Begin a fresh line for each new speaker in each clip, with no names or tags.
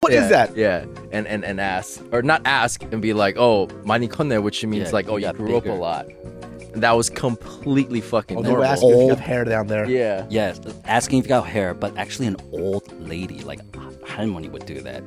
What
yeah,
is that?
Yeah, and, and and ask or not ask and be like, oh, manikone, which means
Yeah,
like,
you
oh, you
got
grew up a
bigger.
lot. And that was completely fucking
Oh, they were
normal.
asking if you have hair down there.
Yeah.
Yes, asking if you got hair, but actually an old lady like Harmony would do that.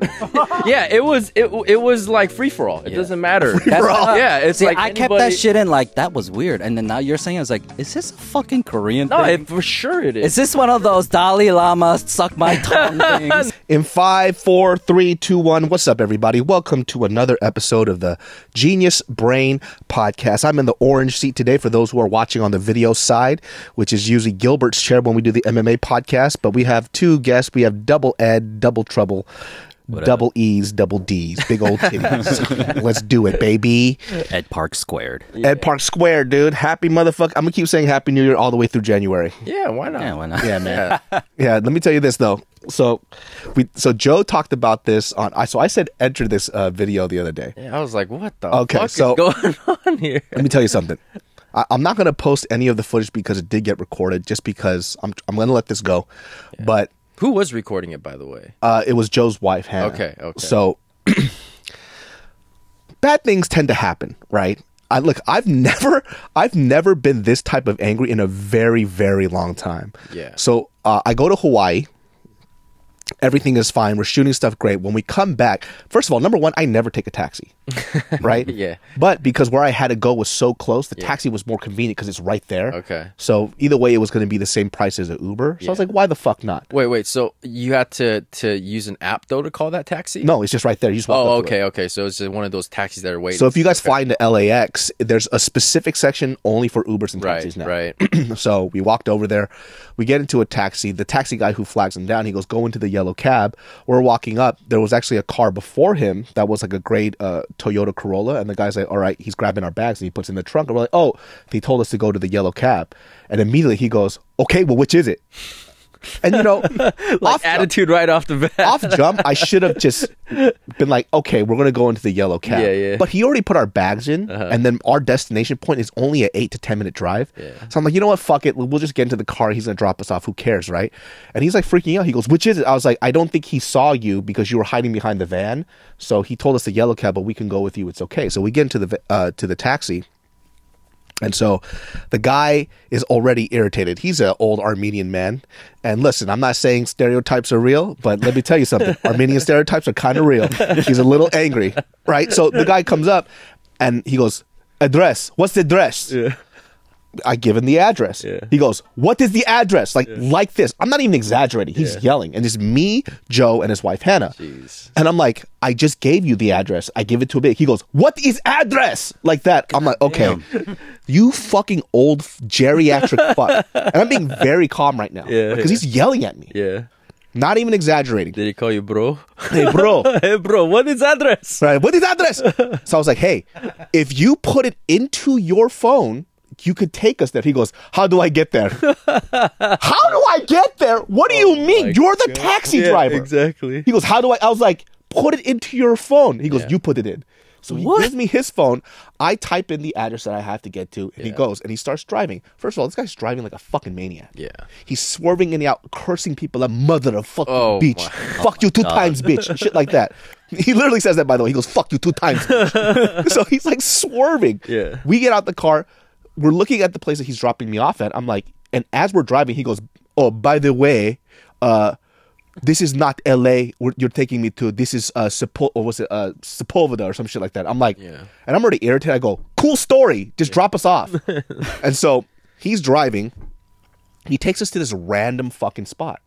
yeah, it was it it was like free for all. It
Yeah.
doesn't matter.
That's-
Yeah, it's
See,
like
I kept that
anybody-
shit in like that was weird, and then now you're saying I was like, is this a fucking Korean
No,
thing?
it, for sure it
is
is.
this one of those Dalai Lama suck my tongue things?
In five, four, three, two, one. What's up, everybody? Welcome to another episode of the Genius Brain Podcast. I'm in the orange seat today for those who are watching on the video side, which is usually Gilbert's chair when we do the MMA podcast. But we have two guests. We have double Ed, double trouble. Double E's, double D's, big old titties. Let's do it, baby.
Ed Park squared.
Ed Park Square, dude. Happy motherfucker. I'm gonna keep saying Happy New Year all the way through January.
Yeah, why not?
Yeah, why not?
Yeah, man. yeah, let me tell you this though. So, we so Joe talked about this on. I so I said enter this uh, video the other day.
Yeah, I was like, what the
Okay,
fuck
so-
is going on here?
Let me tell you something. I, I'm not gonna post any of the footage because it did get recorded. Just because I'm I'm gonna let this go. But
Who was recording it, by the way?
uh, it was Joe's wife, Hannah.
Okay, okay.
So bad things tend to happen, right? I look, I've never, I've never been this type of angry in a very, very long time.
Yeah.
So uh, I go to Hawaii. Everything is fine. We're shooting stuff great. When we come back, first of all, number one, I never take a taxi, right?
Yeah.
But because where I had to go was so close, the taxi was more convenient because it's right there.
Okay.
So either way, it was going to be the same price as an Uber. So I was like, why the fuck not?
Wait, wait. So you had to to use an app though to call that taxi?
No, it's just right there. You just walk
Oh,
up to it.
okay, okay. So it's just one of those taxis that are waiting.
So if you guys fly into LAX, there's a specific section only for Ubers and
right,
taxis now.
right.
so we walked over there. We get into a taxi. The taxi guy who flags him down, he goes, "Go into the yellow cab." We're walking up. There was actually a car before him that was like a great uh, Toyota Corolla, and the guy's like, "All right," he's grabbing our bags and he puts it in the trunk. And we're like, "Oh, they told us to go to the yellow cab," and immediately he goes, "Okay, well, which is it?" And you know, off jump-
Attitude right off the bat.
off jump, I should have just been like, okay, we're gonna go into the yellow cab.
Yeah, yeah. Uh-huh.
But he already put our bags in, and then our destination point is only an eight to ten minute drive. So I'm like, you know what? Fuck it. We'll just get into the car. He's gonna drop us off. Who cares, right? And he's like freaking out. He goes, which is it? I was like, I don't think he saw you because you were hiding behind the van. So he told us the yellow cab, but we can go with you. It's okay. So we get into the va- uh, to the taxi. And so the guy is already irritated. He's an old Armenian man. And listen, I'm not saying stereotypes are real, but let me tell you something Armenian stereotypes are kind of real. He's a little angry, right? So the guy comes up and he goes, Address. What's the address? I give him the address. He goes, "What is the address?" Like like this. I'm not even exaggerating. He's yelling, and it's me, Joe, and his wife Hannah. And I'm like, "I just gave you the address. I give it to a big." He goes, "What is address?" Like that. I'm like, "Okay, you fucking old f- geriatric fuck." And I'm being very calm right now
Yeah,
because he's yelling at me.
yeah.
Not even exaggerating.
Did he call you bro?
Hey, bro.
hey, bro. What is address?
Right. What is address? so I was like, hey, if you put it into your phone, you could take us there. He goes, how do I get there? how do I get there? What do
Oh
you mean? You're the taxi driver.
Exactly.
He goes, how do I? I was like, put it into your phone. He goes, you put it in. So he gives me his phone. I type in the address that I have to get to, and he goes and he starts driving. First of all, this guy's driving like a fucking maniac.
Yeah.
He's swerving in and out, cursing people like mother of fucking
Oh
bitch.
my-
Fuck you two times, bitch. Shit like that. He literally says that by the way. He goes, fuck you two times. so he's like swerving.
Yeah.
We get out the car. We're looking at the place that he's dropping me off at. I'm like, and as we're driving, he goes, Oh, by the way, uh, this is not LA where you're taking me to. This is uh Sepul- or was it uh Sepulveda or some shit like that. I'm like,
Yeah.
and I'm already irritated. I go, cool story. Just drop us off. and so he's driving. He takes us to this random fucking spot.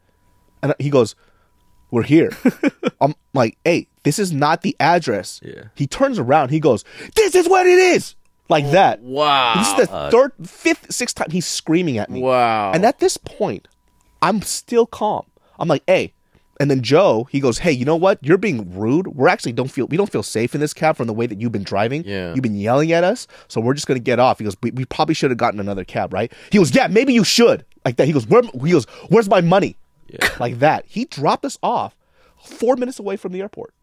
And he goes, We're here. I'm like, Hey, this is not the address.
Yeah.
He turns around. He goes, This is what it is. Like that.
Wow.
This is the third, fifth, sixth time he's screaming at me.
Wow.
And at this point, I'm still calm. I'm like, hey. And then Joe, he goes, hey, you know what? You're being rude. We're actually don't feel we don't feel safe in this cab from the way that you've been driving.
Yeah.
You've been yelling at us, so we're just gonna get off. He goes, we, we probably should have gotten another cab, right? He goes, yeah, maybe you should. Like that. He goes, where? He goes, where's my money? Like that. He dropped us off four minutes away from the airport.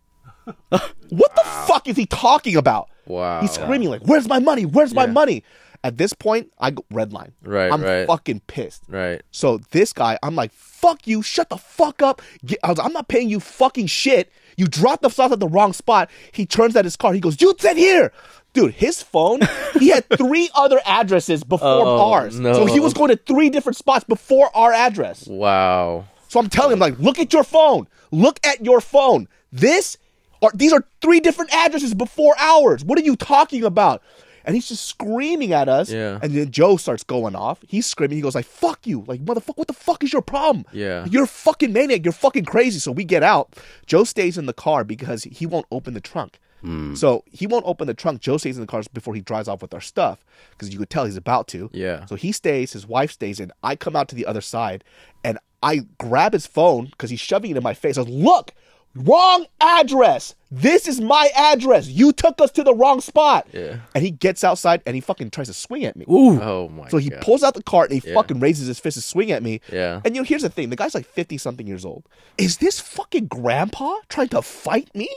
what the fuck is he talking about?
Wow.
He's screaming like, "Where's my money? Where's my money?" At this point, I go red line.
Right,
I'm
right.
fucking pissed.
Right.
So this guy, I'm like, "Fuck you! Shut the fuck up!" Get, I was, I'm not paying you fucking shit. You dropped the sauce at the wrong spot. He turns at his car. He goes, "You said here." Dude, his phone, he had three other addresses before ours.
Oh, no.
So he was going to three different spots before our address.
Wow.
So I'm telling him, like, look at your phone. Look at your phone. This are these are three different addresses before ours. What are you talking about? And he's just screaming at us.
Yeah.
And then Joe starts going off. He's screaming. He goes like, "Fuck you! Like, motherfucker, what the fuck is your problem?
Yeah.
you're a fucking maniac. You're fucking crazy." So we get out. Joe stays in the car because he won't open the trunk.
Hmm.
So he won't open the trunk. Joe stays in the car before he drives off with our stuff because you could tell he's about to.
Yeah.
So he stays, his wife stays in. I come out to the other side and I grab his phone because he's shoving it in my face. I was, look, wrong address. This is my address. You took us to the wrong spot.
Yeah.
And he gets outside and he fucking tries to swing at me.
Oh my
So he
god.
pulls out the cart and he fucking raises his fist to swing at me.
Yeah.
And you know, here's the thing: the guy's like fifty something years old. Is this fucking grandpa trying to fight me?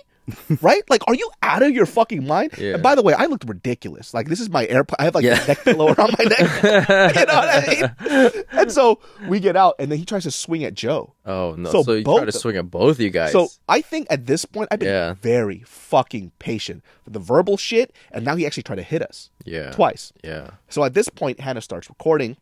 right? Like, are you out of your fucking mind?
Yeah.
And by the way, I looked ridiculous. Like, this is my airplane. I have like
Yeah.
a neck pillow around my neck. you know what I mean? And so we get out, and then he tries to swing at Joe.
oh no.
so
So, you try to
both-
swing at both you guys.
So I think at this point, I've been
Yeah.
very fucking patient for the verbal shit, and now he actually tried to hit us
yeah.
twice.
Yeah.
So at this point, Hannah starts recording,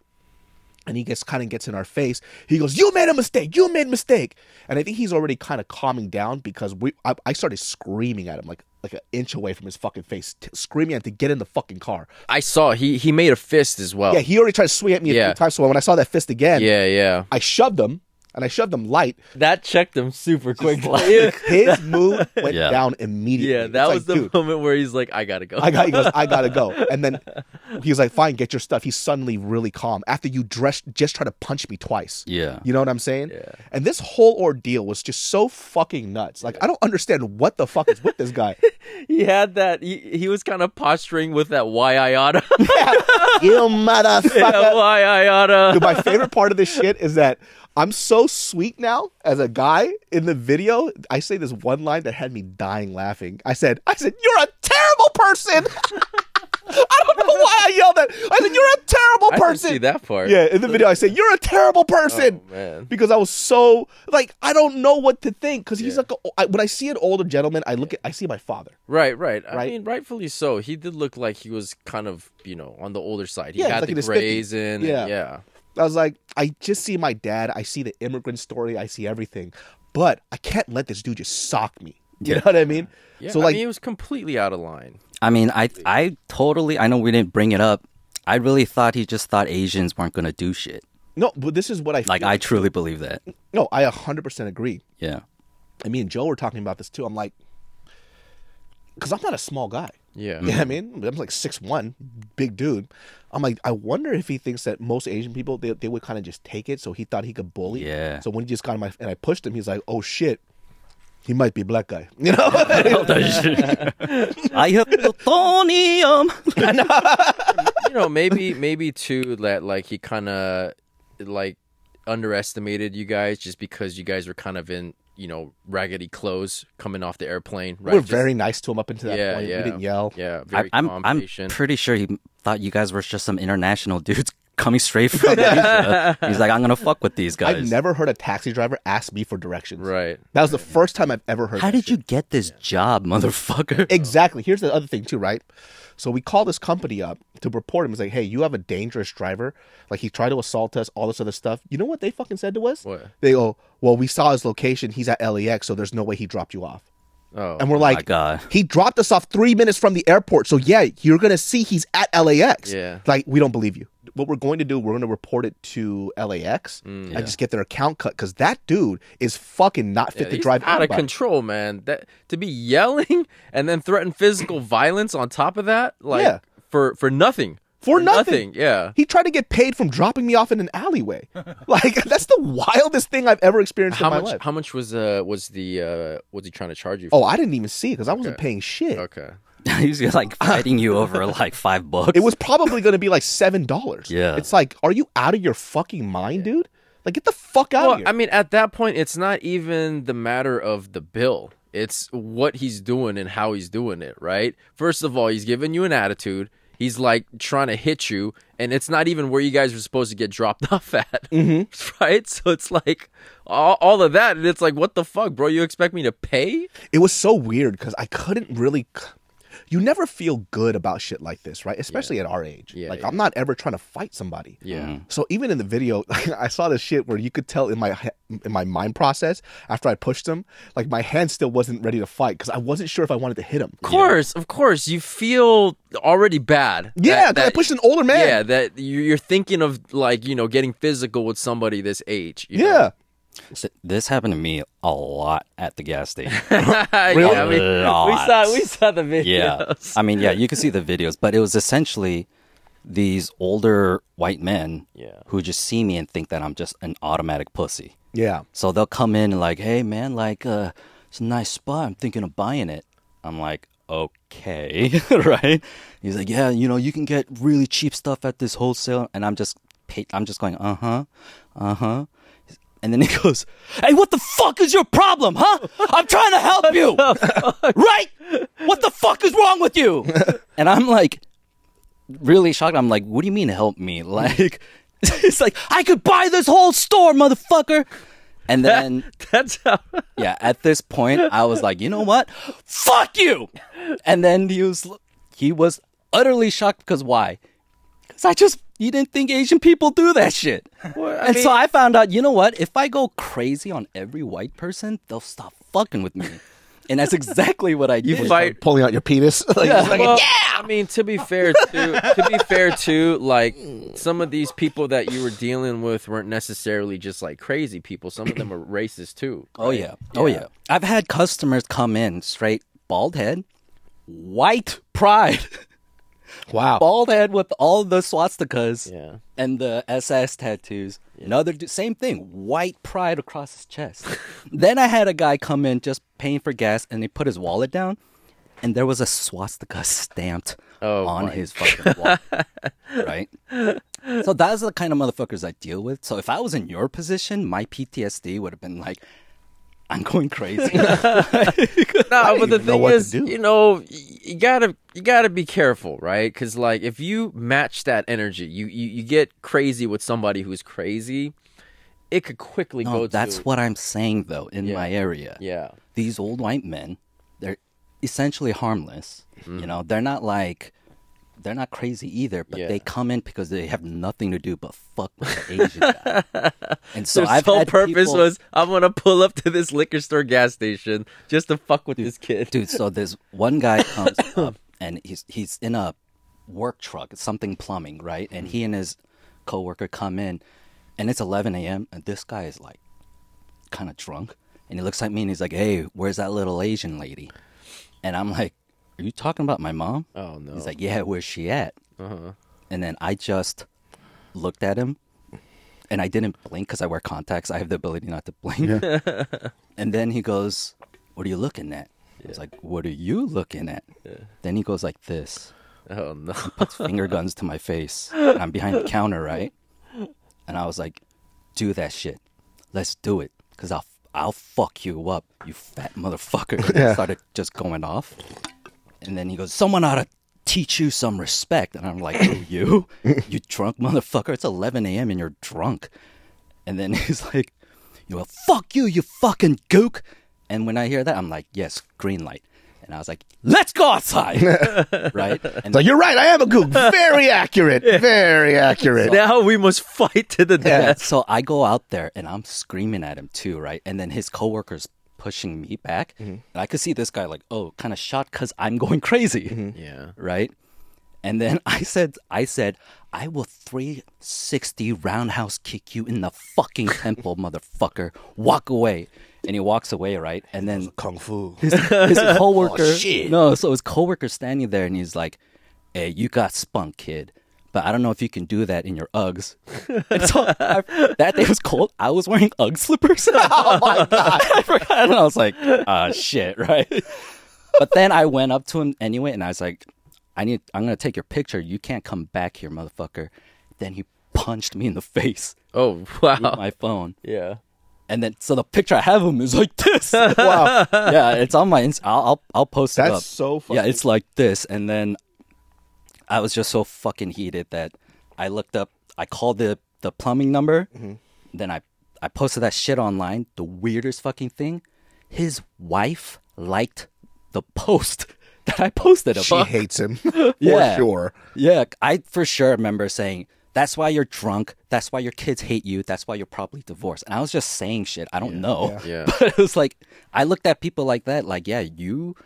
and he gets kind of gets in our face. He goes, "You made a mistake. You made a mistake." And I think he's already kind of calming down because we I, I started screaming at him like like an inch away from his fucking face, t- screaming at him to get in the fucking car.
I saw he he made a fist as well.
Yeah, he already tried to swing at me a
Oh. Yeah.
few times. So when I saw that fist again,
yeah. yeah.
I shoved him and I shoved him light.
That checked him super quick. Like,
His mood went
Yeah.
down immediately.
yeah,
It's
that
like,
was the
dude,
moment where he's like, I gotta go.
I got. He goes. I gotta go. And then he was like, "Fine, get your stuff." He's suddenly really calm after you dress, just try to punch me twice.
Yeah.
You know what I'm saying? Yeah. And this whole ordeal was just so fucking nuts. Like I don't understand what the fuck is with this guy.
he had that. He, he was kind of posturing with that why I oughta.
you motherfucker.
yeah, why I oughta.
Dude, my favorite part of this shit is that I'm so sweet now as a guy in the video. I say this one line that had me dying laughing. I said, I said, you're a terrible person. I don't know why I yelled that. I said, you're a terrible
I didn't
person.
see that part.
Yeah, in the video I say, you're a terrible person.
Oh, man.
Because I was so like I don't know what to think because he's like a, I, when I see an older gentleman I look at I see my father
Right, right. I
Right?
mean, rightfully so. He did look like he was kind of, you know, on the older side. He
Yeah, he's
had
like in
the
his
grays
50s.
in. and-
Yeah.
Yeah.
I was like, I just see my dad. I see the immigrant story. I see everything, but I can't let this dude just sock me. You know what I mean?
Yeah,
so
I
like,
mean, he was completely out of line.
I mean, I I totally. I know we didn't bring it up. I really thought he just thought Asians weren't gonna do shit.
no, but this is what I
Like
feel.
I truly believe that.
no, I 100% agree.
Yeah.
And me and Joe were talking about this too. I'm like, because I'm not a small guy.
Yeah.
You know what I mean? I'm like six one, big dude. I'm like, I wonder if he thinks that most Asian people they, they would kind of just take it. So he thought he could bully.
Yeah.
So when he just got in my and I pushed him, he's like, oh shit, he might be a black guy. You
Oh,
know?
I have plutonium.
You know, maybe, maybe too that like he kind of like underestimated you guys just because you guys were kind of in, you know, raggedy clothes coming off the airplane. Right.
We're
Just-
very nice to him up until that
Yeah,
point.
yeah.
We didn't yell.
Yeah. Very
I, I'm
calm,
I'm
patient.
pretty sure he thought you guys were just some international dudes coming straight from Asia. He's like, I'm gonna fuck with these guys.
I've never heard a taxi driver ask me for directions.
Right.
That was the first time I've ever heard.
How
that
did
shit.
you get this job, motherfucker?
Exactly. Here's the other thing too, right? So we call this company up to report him. It's like, hey, you have a dangerous driver. Like he tried to assault us, all this other stuff. You know what they fucking said to us?
What?
They go, well, we saw his location. He's at LAX, so there's no way he dropped you off.
Oh.
And we're
my
like,
God.
he dropped us off three minutes from the airport. So yeah, you're gonna see he's at LAX.
Yeah.
Like we don't believe you. What we're going to do, we're going to report it to
Mm.
LAX and just get their account cut because that dude is fucking not fit to
He's
drive
out of
anybody.
control, man. That to be yelling and then threaten physical violence on top of that, like
Yeah.
for for nothing.
For nothing.
Yeah.
He tried to get paid from dropping me off in an alleyway. like that's the wildest thing I've ever experienced
How
in my
much?
life.
How much was uh was the uh was he trying to charge you? For?
oh, I didn't even see because I wasn't paying shit.
okay.
He's like fighting you over like five bucks.
It was probably going to be like seven dollars.
Yeah.
it's like, are you out of your fucking mind, dude? Like, get the fuck out
Well,
of here.
I mean, at that point, it's not even the matter of the bill. It's what he's doing and how he's doing it, right? First of all, he's giving you an attitude. He's like trying to hit you, and it's not even where you guys were supposed to get dropped off at,
Mm-hmm.
right? So it's like all, all of that, and it's like, what the fuck, bro? You expect me to pay?
it was so weird because I couldn't really. c- You never feel good about shit like this, right? Especially at our age.
Yeah,
like
yeah.
I'm not ever trying to fight somebody.
Yeah.
So even in the video, I saw this shit where you could tell in my he- in my mind process after I pushed him, like my hand still wasn't ready to fight because I wasn't sure if I wanted to hit him.
Of course, of course, you feel already bad.
Yeah,
that-
'cause I
that-
pushed an older man.
Yeah, that you- you're thinking of like you know getting physical with somebody this age. you know?
Yeah.
Th- This happened to me a lot at the gas station.
Yeah, we, we
Lots.
saw we saw the videos.
Yeah. I mean, yeah, you can see the videos, but it was essentially these older white men
Yeah.
who just see me and think that I'm just an automatic pussy.
Yeah.
So they'll come in and like, hey man, like uh it's a nice spot. I'm thinking of buying it. I'm like, okay, right? He's like, yeah, you know, you can get really cheap stuff at this wholesale, and I'm just, pay- I'm just going, uh huh, uh huh. And then he goes, "Hey, what the fuck is your problem, huh? I'm trying to help you, right? What the fuck is wrong with you?" and I'm like, really shocked. I'm like, "What do you mean help me? Like, it's like I could buy this whole store, motherfucker." And then,
That's how.
yeah, at this point, I was like, "You know what? Fuck you!" And then he was, he was utterly shocked because why? Because I just. He didn't think Asian people do that shit. and so I found out, you know what? If I go crazy on every white person, they'll stop fucking with me. And that's exactly what I did.
fight-
Pulling out your penis. Like, it's like,
Well, I mean, to be fair, too, to be fair, too, like some of these people that you were dealing with weren't necessarily just like crazy people. Some of them were racist too.
Oh yeah. Oh yeah. I've had customers come in straight bald head, white pride,
wow.
bald head with all the swastikas
Yeah.
and the SS tattoos. Another du- same thing, white pride across his chest. then I had a guy come in just paying for gas and he put his wallet down and there was a swastika stamped
Oh,
on
my
his fucking wallet. right? So that's the kind of motherfuckers I deal with. So if I was in your position, my PTSD would have been like I'm going crazy.
No, but
didn't
the
even know
thing
what to
is,
do.
you know, y- you gotta you gotta be careful, right? Because like if you match that energy, you, you you get crazy with somebody who's crazy, it could quickly
No,
go.
Oh, that's
to,
what I'm saying though. In my area,
Yeah.
these old white men, they're essentially harmless.
Mm-hmm.
You know, they're not like, they're not crazy either. But
Yeah.
they come in because they have nothing to do but fuck with the Asian guy. And so
Their
I've
sole
had
purpose
people-
was I'm gonna pull up to this liquor store gas station just to fuck with this kid.
dude. So there's one guy comes up and he's he's in a work truck, it's something plumbing, right? And he and his coworker come in, and it's 11 a.m. and this guy is like kind of drunk, and he looks at me and he's like, "Hey, where's that little Asian lady?" And I'm like, "Are you talking about my mom?"
Oh no. Uh-huh.
He's like, "Yeah, where's she at?" And then I just looked at him, and I didn't blink because I wear contacts. I have the ability not to blink. and then he goes, "What are you looking at?" I was like, "What are you looking at?" Then he goes like this,
Oh no.
puts finger guns to my face. And I'm behind the counter, right? And I was like, "Do that shit. Let's do it, cause I'll." I'll fuck you up, you fat motherfucker. And I started just going off. And then he goes, Someone ought to teach you some respect. And I'm like, "Who, you, you drunk motherfucker. It's 11 a.m. and you're drunk. And then he's like, you know, fuck you, you fucking gook. And when I hear that, I'm like, yes, green light. And I was like, let's go outside. right? And
It's like, you're right. I am a gook. Very accurate. Very accurate.
Now we must fight to the
Yeah,
death.
so I go out there and I'm screaming at him too, right? And then his coworkers pushing me back, and I could see this guy like, oh, kind of shot because I'm going crazy,
Yeah.
right? And then I said, I said, I will 360 roundhouse kick you in the fucking temple, motherfucker. Walk away. And he walks away, right? And then
Kung fu.
his, his coworker.
shit.
No, so his coworker standing there, and he's like, "Hey, you got spunk, kid." But I don't know if you can do that in your Uggs. And so I, that day was cold. I was wearing Ugg slippers. oh my god! I forgot, and I was like, "Ah, shit!" Right. But then I went up to him anyway, and I was like, "I need. I'm gonna take your picture. You can't come back here, motherfucker." Then he punched me in the face
Oh wow.
with my phone.
Yeah.
And then, so the picture I have of him is like this.
Wow.
yeah, it's on my. Inst- I'll, I'll I'll post it
That's
up.
so fucking-
Yeah, it's like this, and then I was just so fucking heated that I looked up. I called the the plumbing number.
Mm-hmm.
Then I I posted that shit online. The weirdest fucking thing. His wife liked the post that I posted about.
She hates him. For
Yeah.
sure.
Yeah, I for sure remember saying, that's why you're drunk. That's why your kids hate you. That's why you're probably divorced. And I was just saying shit. I don't know.
Yeah. Yeah.
But it was like, I looked at people like that, like, yeah, you,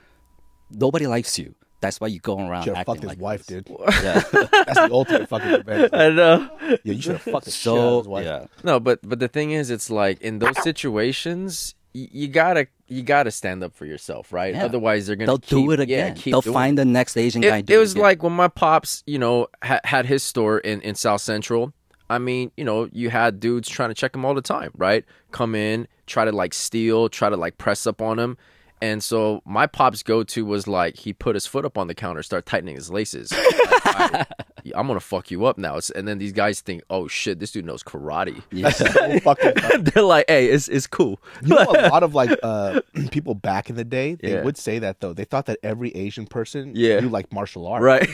nobody likes you. That's why you go around
Should have
acting
fucked his
like
wife,
this.
dude. That's the ultimate fucking revenge.
I know.
Yeah, you should have fucked the shit out of
So,
his wife.
yeah.
No, but but the thing is, it's like in those situations, y- you gotta you gotta stand up for yourself, right?
Yeah.
Otherwise, they're gonna
They'll
keep-
do it
yeah,
again.
keep
They'll
doing
find the next Asian guy. and
It,
do
it was
again.
like when my pops, you know, ha- had his store in in South Central. I mean, you know, you had dudes trying to check him all the time, right? Come in, try to like steal, try to like press up on him. And so my pop's go to was like he put his foot up on the counter, start tightening his laces. Like, "All right, I'm gonna fuck you up now. And then these guys think, oh shit, this dude knows karate.
That's so fucking
They're like, hey, it's it's cool.
You know, a lot of like uh, people back in the day, they
Yeah.
would say that though. They thought that every Asian person
Yeah.
knew like martial arts.
Right.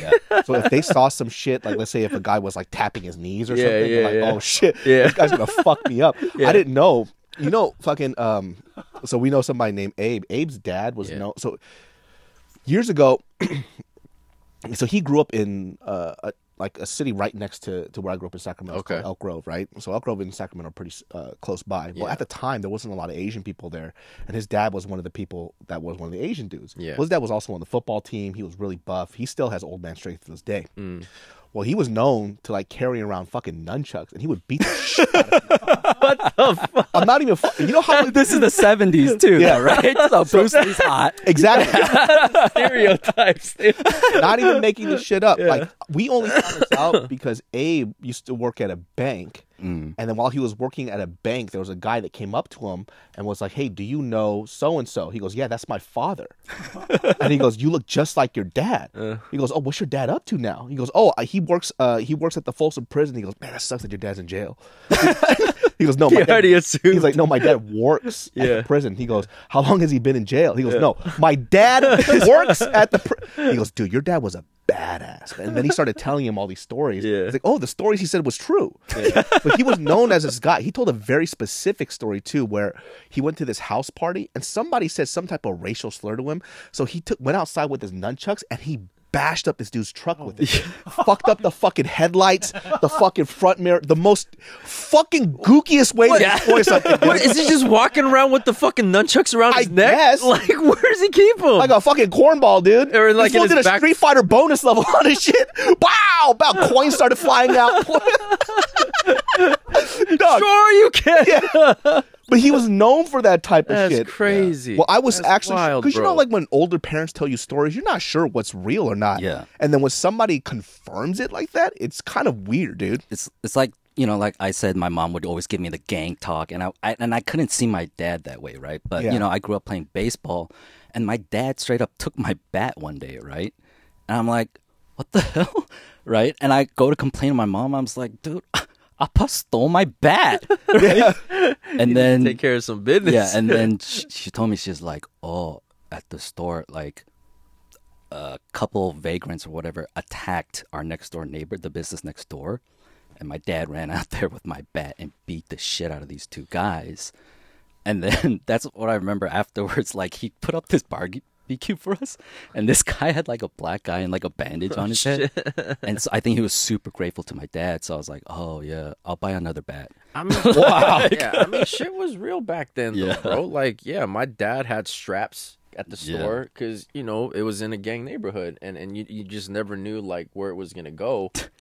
So if they saw some shit, like let's say if a guy was like tapping his knees or
Yeah,
something, they're
yeah,
like,
yeah.
oh shit,
Yeah.
this guy's gonna fuck me up. I didn't know. You know, fucking. Um, so we know somebody named Abe. Abe's dad was
Yeah.
known. So years ago, so he grew up in uh, a, like a city right next to, to where I grew up in Sacramento, It's
Okay.
called Elk Grove, right? So Elk Grove and Sacramento are pretty uh, close by. Well,
Yeah.
at the time there wasn't a lot of Asian people there, and his dad was one of the people that was one of the Asian dudes.
Yeah.
well, his dad was also on the football team. He was really buff. He still has old man strength to this day.
Mm.
Well, he was known to like carry around fucking nunchucks, and he would beat the shit. Out of what the fuck? I'm not even. Fu- you know how
this is the 70s too,
Yeah.
yeah. right? So Bruce Lee's hot.
exactly.
Stereotypes.
not even making this shit up. Like we only found this out because Abe used to work at a bank, and then while he was working at a bank, there was a guy that came up to him and was like, "Hey, do you know so and so?" He goes, "Yeah, that's my father," and he goes, "You look just like your dad." He goes, "Oh, what's your dad up to now?" He goes, "Oh, uh, he works. Uh, he works at the Folsom Prison." He goes, "Man, that sucks that your dad's in jail." he goes, "No, my dad."
already assumed.
He's like, "No, my dad works at the prison." He goes, "How long has he been in jail?" He goes, "No, my dad works at the." Pr-. He goes, "Dude, your dad was a badass." And then he started telling him all these stories.
Yeah.
He's like, "Oh, the stories he said was true." but he was known as this guy. He told a very specific story too, where he went to this house party and somebody said some type of racial slur to him. So he took went outside with his nunchucks and he. Bashed up this dude's truck with it,
Oh.
fucked up the fucking headlights, the fucking front mirror, the most fucking gookiest way to destroy something. dude.
What, is he just walking around with the fucking nunchucks around
I
his neck?
guess.
Like, where does he keep them?
like a fucking cornball, dude.
Or
this
like
fool
in his
did a
back-
Street Fighter bonus level on his shit. Wow! About coins started flying out. Dog,
sure you can.
But he was known for that type of
That's
shit.
crazy.
Well, I was
That's
actually
wild,
because you know,
bro.
like when older parents tell you stories, you're not sure what's real or not.
Yeah.
And then when somebody confirms it like that, it's kind of weird, dude.
it's it's like you know, like I said, my mom would always give me the gang talk, and I, I and I couldn't see my dad that way, right? But
Yeah.
you know, I grew up playing baseball, and my dad straight up took my bat one day, right? And I'm like, what the hell, right? And I go to complain to my mom. I'm just like, dude, Appa stole my bat, right? and then
Take care of some business.
yeah, and then she, she told me she's like, "Oh, at the store, like, a couple vagrants or whatever attacked our next door neighbor, the business next door. And my dad ran out there with my bat and beat the shit out of these two guys. And then that's what I remember afterwards. Like he put up this barbecue for us, and this guy had like a black guy and like a bandage on his head. And so I think he was super grateful to my dad. So I was like, "Oh yeah, I'll buy another bat."
I mean, wow. Yeah, I mean, shit was real back then, though,
Yeah.
bro. Like, yeah, my dad had straps at the
Yeah.
store because you know it was in a gang neighborhood, and and you you just never knew like where it was gonna go.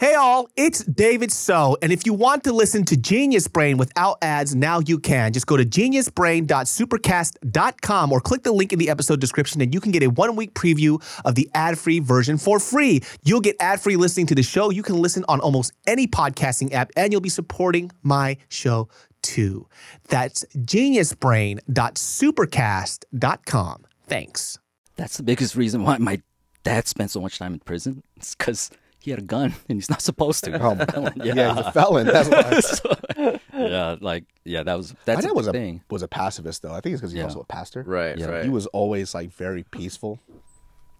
Hey all, it's David So, and if you want to listen to Genius Brain without ads, now you can. Just go to geniusbrain.supercast.com or click the link in the episode description and you can get a one-week preview of the ad-free version for free. You'll get ad-free listening to the show. You can listen on almost any podcasting app and you'll be supporting my show too. That's geniusbrain.supercast.com. Thanks.
That's the biggest reason why my dad spent so much time in prison. It's because he had a gun and he's not supposed to.
Oh, yeah. he's a felon. That's why.
So- yeah, like yeah, that was
My
that's
dad
a
was a
thing.
was a pacifist though. I think it's because he was
Yeah.
also a pastor.
Right,
Yeah,
right.
He was always like very peaceful,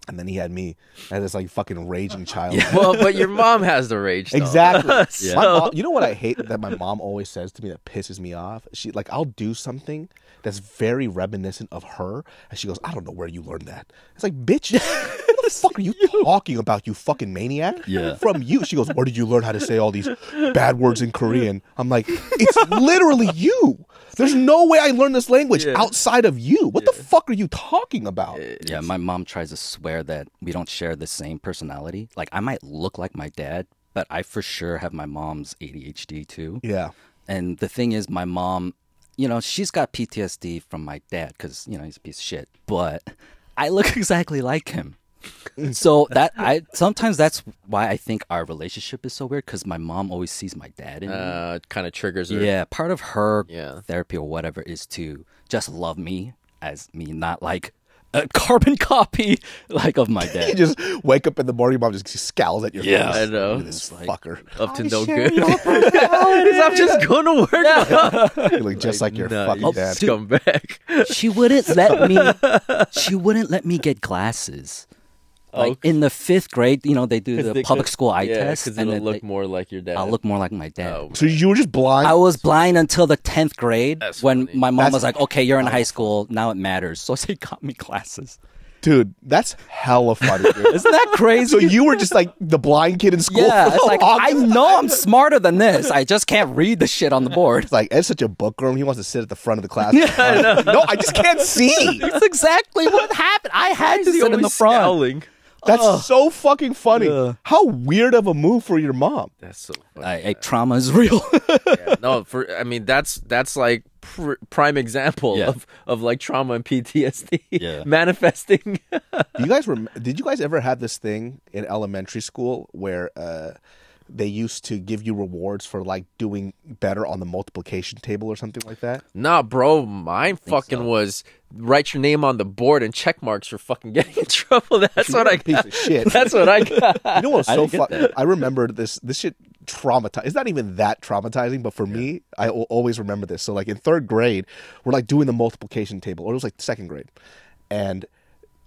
and then he had me as this like fucking raging child.
well, but your mom has the rage. though.
Exactly.
So-
My mom- you know what I hate that my mom always says to me that pisses me off? She like I'll do something that's very reminiscent of her, and she goes, "I don't know where you learned that." It's like, bitch, what the fuck are you talking about? You fucking maniac!
Yeah.
From you, she goes, "Where did you learn how to say all these bad words in Korean?" I'm like, it's literally you. There's no way I learned this language outside of you. What the fuck are you talking about?
Yeah, my mom tries to swear that we don't share the same personality. Like I might look like my dad, but I for sure have my mom's ADHD too.
Yeah.
And the thing is, my mom, you know, she's got PTSD from my dad because you know he's a piece of shit. But I look exactly like him. so that I sometimes that's why I think our relationship is so weird because my mom always sees my dad in me.
Uh, kind of triggers her.
Yeah, part of her
Yeah.
therapy or whatever is to just love me as me, not like a carbon copy like of my
You
dad.
just wake up in the morning, mom just scowls at your
Yeah.
face.
I know.
Look at this fucker.
Up to no good. I'm just going to work.
You look just like your
Nah,
fucking
you
dad.
Oh,
scumbag.
she wouldn't let me. She wouldn't let me get glasses. Like in the fifth grade, you know, they do the public school eye
yeah,
test,
because it'll
then
look
they-
more like your dad.
I'll look more like my dad.
Oh,
So you were just blind.
I was blind until the tenth grade
That's oh.
when
funny.
my mom
That's-
was like, "Okay, you're in high school now. It matters." So she got me glasses.
dude, that's hella funny. Dude.
Isn't that crazy?
so you were just like the blind kid in school.
Yeah,
for
it's
the
like I
longest
know
time?
I'm smarter than this. I just can't read the shit on the board.
It's like Ed's such a bookworm. He wants to sit at the front of the class. no, I just can't see.
That's exactly what happened. I had to
He's
sit in the
always
front.
scowling.
That's so fucking funny.
Yeah.
How weird of a move for your mom.
That's so funny.
I, I- trauma is real.
Yeah, no, for I mean that's that's like pr- prime example
Yeah.
of of like trauma and PTSD
Yeah.
manifesting.
Do you guys rem- did you guys ever have this thing in elementary school where uh, they used to give you rewards for like doing better on the multiplication table or something like that?
nah, bro, mine fucking was write your name on the board and check marks for fucking getting in trouble. That's
You're
what
a
I
piece
got.
of shit.
That's what I got.
You know what's
I
so
didn't get
funny? I remember this. This shit traumatized. It's not even that traumatizing, but for me, I will always remember this. So like in third grade, we're like doing the multiplication table, or it was like second grade, and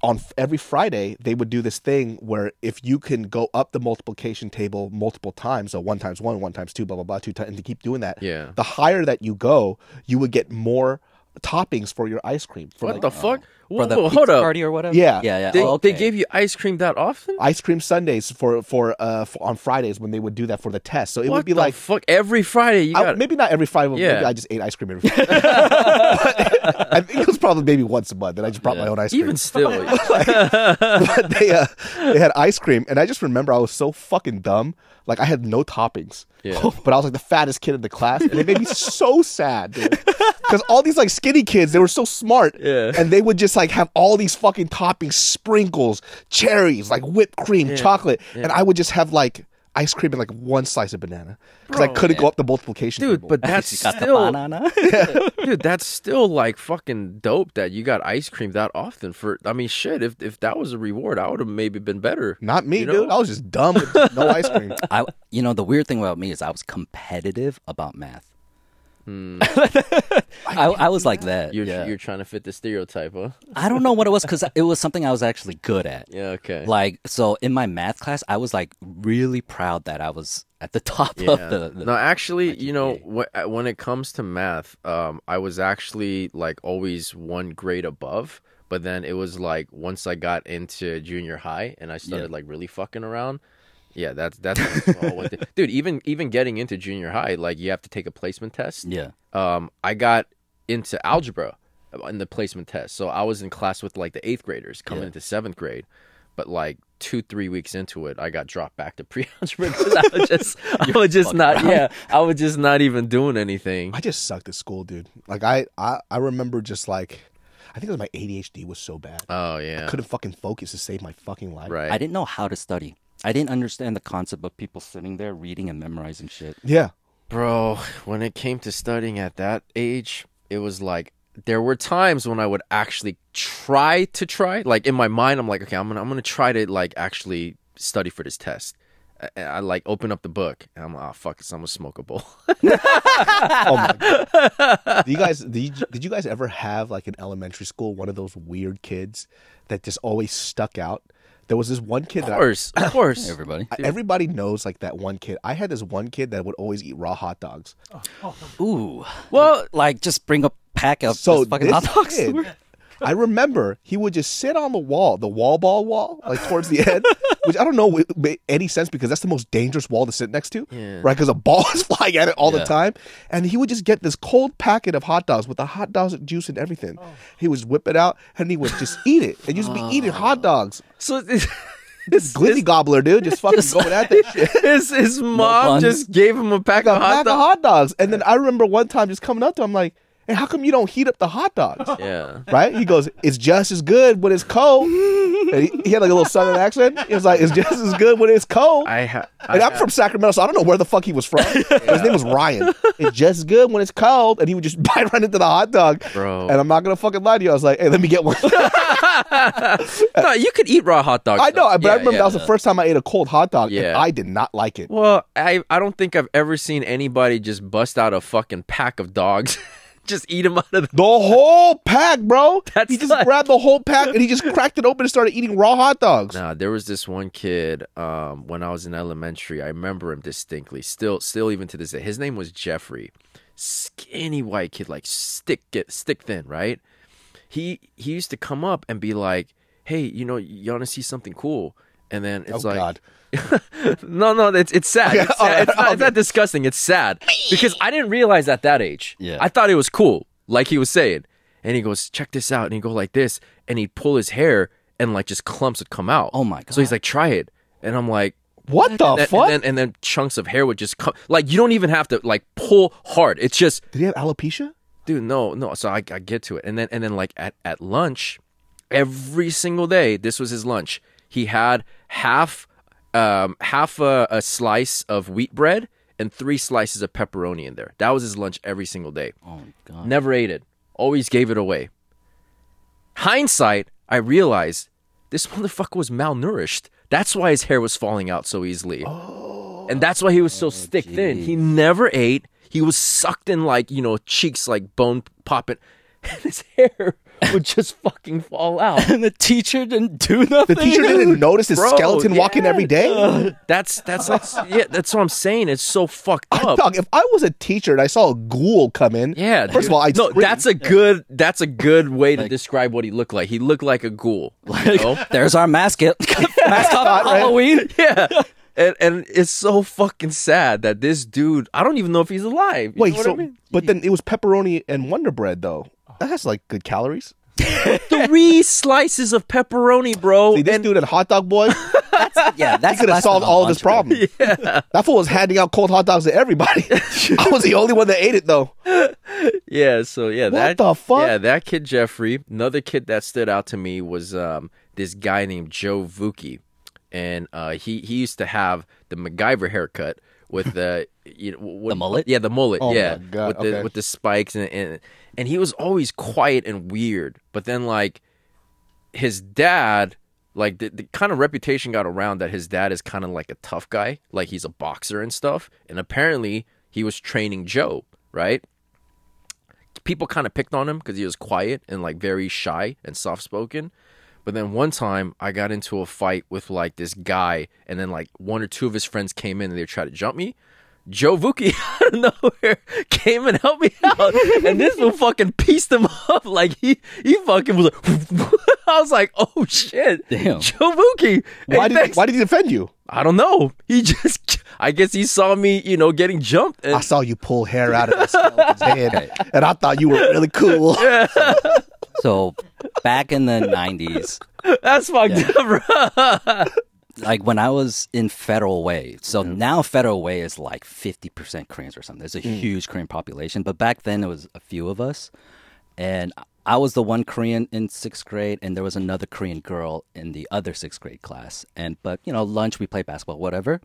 on f- every Friday they would do this thing where if you can go up the multiplication table multiple times, so one times one, one times two, blah blah blah, two times, and to keep doing that,
Yeah.
the higher that you go, you would get more toppings for your ice cream. For
What
like,
the fuck? Whoa,
for the
whoa,
pizza
hold up.
party or whatever.
Yeah.
yeah, yeah.
They,
oh,
they
okay.
gave you ice cream that often?
ice cream Sundays for for uh for, on Fridays when they would do that for the test. So it
what
would be
the
like
fuck every Friday you
I-
got
maybe not every Friday. but Maybe
Yeah.
I just ate ice cream every Friday. But I think it was probably maybe once a month that I just brought my own ice cream.
even still. like,
but they uh, they had ice cream, and I just remember I was so fucking dumb. Like I had no toppings,
Yeah.
but I was like the fattest kid in the class, and it made me so sad, Because all these like skinny kids, they were so smart,
Yeah.
and they would just like have all these fucking toppings, sprinkles, cherries, like whipped cream, chocolate, and I would just have like ice cream and like one slice of banana because I couldn't go up the multiplication
dude,
table.
but that's
You got the
still
banana.
dude, that's still like fucking dope that you got ice cream that often for I mean shit, if if that was a reward, I would have maybe been better.
not me,
you know?
dude. I was just dumb with just no ice cream.
I, you know, the weird thing about me is I was competitive about math.
Hmm.
I, I was like that.
You're
yeah.
you're trying to fit the stereotype, huh?
I don't know what it was because it was something I was actually good at.
Yeah, okay.
Like, so in my math class, I was like really proud that I was at the top of the. the
no, actually, you know, wh- uh, when it comes to math, um, I was actually like always one grade above. But then it was like once I got into junior high and I started like really fucking around. Yeah, that's that's all one thing. dude. Even even getting into junior high, like you have to take a placement test.
yeah.
Um, I got into algebra in the placement test, so I was in class with like the eighth graders coming into seventh grade. But like two, three weeks into it, I got dropped back to pre-algebra because I was just, I was just not, yeah, I was just not even doing anything.
I just sucked at school, dude. Like I, I, I remember just like, I think it was my ADHD was so bad.
Oh
I
yeah,
couldn't fucking focus to save my fucking life.
right.
I didn't know how to study. I didn't understand the concept of people sitting there reading and memorizing shit.
Yeah.
Bro, when it came to studying at that age, it was like there were times when I would actually try to try. Like in my mind, I'm like, okay, I'm gonna I'm gonna try to like actually study for this test. I, I- I like open up the book and I'm like, oh fuck, it's I'm gonna smoke a bowl.
Oh my god. Do you guys did you, did you guys ever have like in elementary school one of those weird kids that just always stuck out? There was this one kid
of
that I-
course, of course.
Everybody.
I- everybody knows like that one kid. I had this one kid that would always eat raw hot dogs.
Ooh. Well, like just bring a pack of
so
just fucking
this
hot dogs.
kid, I remember he would just sit on the wall, the wall ball wall, like towards the end, which I don't know wi- made any sense because that's the most dangerous wall to sit next to, right? Because a ball is flying at it all the time, and he would just get this cold packet of hot dogs with the hot dogs juice and everything. He was whip it out and he would just eat it and just be eating hot dogs.
So this
Glizzy gobbler, dude, just fucking going at that shit.
his, his mom
buns.
just gave him a pack
A
of hot
pack of
dogs.
hot dogs, and then I remember one time just coming up to him like, "Hey, how come you don't heat up the hot dogs?"
Yeah.
right? He goes, it's just as good when it's cold. And he, he had like a little southern accent. He was like, it's just as good when it's cold.
I ha- I
and I'm
ha-
from Sacramento, so I don't know where the fuck he was from. His name was Ryan. It's just as good when it's cold, and he would just buy right into the hot dog.
Bro.
And I'm not gonna fucking lie to you. I was like, hey, let me get one.
no, you could eat raw hot dogs.
I know,
though.
but I
Yeah,
remember
yeah.
that was the first time I ate a cold hot dog, and
Yeah.
I did not like it.
Well, I I don't think I've ever seen anybody just bust out a fucking pack of dogs, just eat them out of the.
The whole pack, bro.
That's
he just
like-
grabbed the whole pack and he just cracked it open and started eating raw hot dogs.
Nah, there was this one kid um, when I was in elementary. I remember him distinctly. Still, still, even to this day, his name was Jeffrey. Skinny white kid, like stick get stick thin, right? He he used to come up and be like, "Hey, you know, you want to see something cool?" And then it's
oh
like,
God.
no, no, it's it's sad. It's, sad. It's not, it's not disgusting. It's sad because I didn't realize at that age.
Yeah.
I thought it was cool, like he was saying. And he goes, check this out, and he'd go like this, and he'd pull his hair, and like just clumps would come out.
Oh my
So he's like, try it, and I'm like,
What the
and,
fuck?
and then and then chunks of hair would just come. Like you don't even have to like pull hard. It's just
Did he have alopecia?
dude no no so I, I get to it and then and then like at, at lunch every single day this was his lunch he had half um half a, a slice of wheat bread and three slices of pepperoni in there that was his lunch every single day
Oh my god.
never ate it always gave it away hindsight i realized this motherfucker was malnourished that's why his hair was falling out so easily and that's why he was
Oh,
so stick thin. He never ate. He was sucked in like you know cheeks like bone popping. And his hair would just fucking fall out.
and the teacher didn't do nothing.
The teacher didn't notice his
Bro,
skeleton walking every day.
That's that's like yeah, that's what I'm saying. It's so fucked up.
Dog, if I was a teacher and I saw a ghoul come in,
Yeah.
First
dude.
of all, I'd
no.
scream.
That's a good. That's a good way to describe what he looked like. He looked like a ghoul. you know?
There's our mascot. mascot
Oh. Right?
for Halloween.
yeah. And and it's so fucking sad that this dude. I don't even know if he's alive. You
Wait,
know what
so
I mean?
but then it was pepperoni and Wonder Bread though. That has like good calories.
three slices of pepperoni, bro.
See, this
and
dude at Hot Dog Boy,
Yeah, that's
could have
less than
solved
a
all of his
lunch break.
problems. That fool was handing out cold hot dogs to everybody. I was the only one that ate it though.
Yeah, so yeah, that
the fuck?
Yeah, that kid Jeffrey. Another kid that stood out to me was um this guy named Joe Vuki, and uh, he he used to have the MacGyver haircut with the you know what,
The mullet?
Yeah, the mullet.
Oh my
yeah,
God,
with the
okay.
with the spikes and, and and he was always quiet and weird. But then like his dad. Like the, the kind of reputation got around that his dad is kind of like a tough guy, like he's a boxer and stuff. And apparently, he was training Joe, right? people kind of picked on him because he was quiet and like very shy and soft spoken. But then one time I got into a fight with like this guy, and then like one or two of his friends came in and they tried to jump me. Joe Vuki out of nowhere came and helped me out, and this one fucking pieced him up like he he fucking was like. I was like, oh shit,
Damn.
Joe Vuki. Hey,
Why did
thanks.
why did he defend you?
I don't know. He just, I guess he saw me, you know, getting jumped. And
I saw you pull hair out of that skeleton's head, and I thought you were really cool.
So back in the '90s,
that's fucked up, bro.
like when I was in Federal Way, so now Federal Way is like 50% Koreans or something. There's a huge Korean population, but back then it was a few of us. And I was the one Korean in sixth grade, and there was another Korean girl in the other sixth grade class. And but you know, lunch, we played basketball, whatever.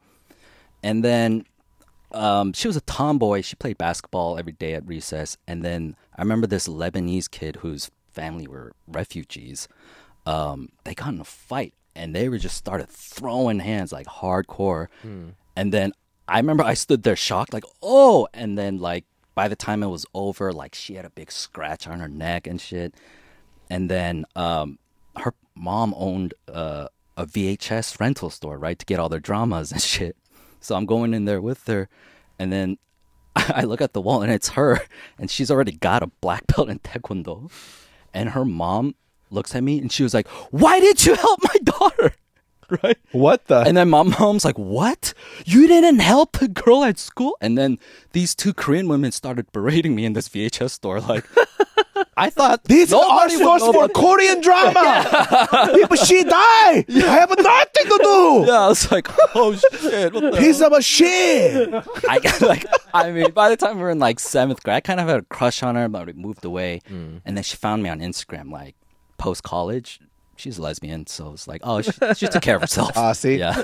And then um, she was a tomboy. She played basketball every day at recess. And then I remember this Lebanese kid whose family were refugees. Um, they got in a fight and they were just started throwing hands like hardcore. And then I remember I stood there shocked, like, oh. And then, like, by the time it was over, like, she had a big scratch on her neck and shit. And then um, her mom owned uh, a VHS rental store, right, to get all their dramas and shit. So I'm going in there with her, and then I look at the wall, and it's her, and she's already got a black belt in taekwondo. And her mom looks at me, and she was like, "Why did you help my daughter?" Right?
What the?
And then my mom's like, "What? You didn't help a girl at school?" And then these two Korean women started berating me in this VHS store, like. I thought
These are
nobody would
source
know
for
about
Korean drama. People, she die. I have nothing to do.
Yeah, I was like, oh shit. What the
Piece of a shit.
I got like, I mean, by the time we were in like seventh grade, I kind of had a crush on her, but we moved away. And then she found me on Instagram, like post college. She's a lesbian, so it's like, oh, she, she took care of herself.
Ah, see,
yeah,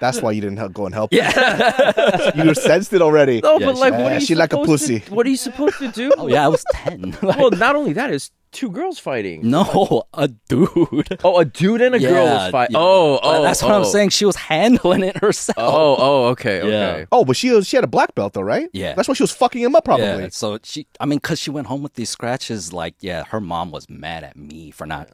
that's why you didn't help, go and help. Yeah, you sensed it already.
No,
Yeah,
but
she-
like, what are
Yeah,
you
she like a
supposed to-
pussy.
what are you supposed to do?
oh yeah, I was ten. Like,
Well, not only that, it's two girls
Mm.
fighting.
no, a dude.
Oh, a dude and a girl
Yeah,
was fighting.
yeah.
Oh,
But
oh,
that's what I'm
oh.
saying. She was handling it herself.
Oh, oh, okay,
Yeah.
okay.
Oh, but she was, she had a black belt though, right?
Yeah.
That's why she was fucking him up probably.
Yeah, so she, I mean, because she went home with these scratches, like, yeah, her mom was mad at me for not.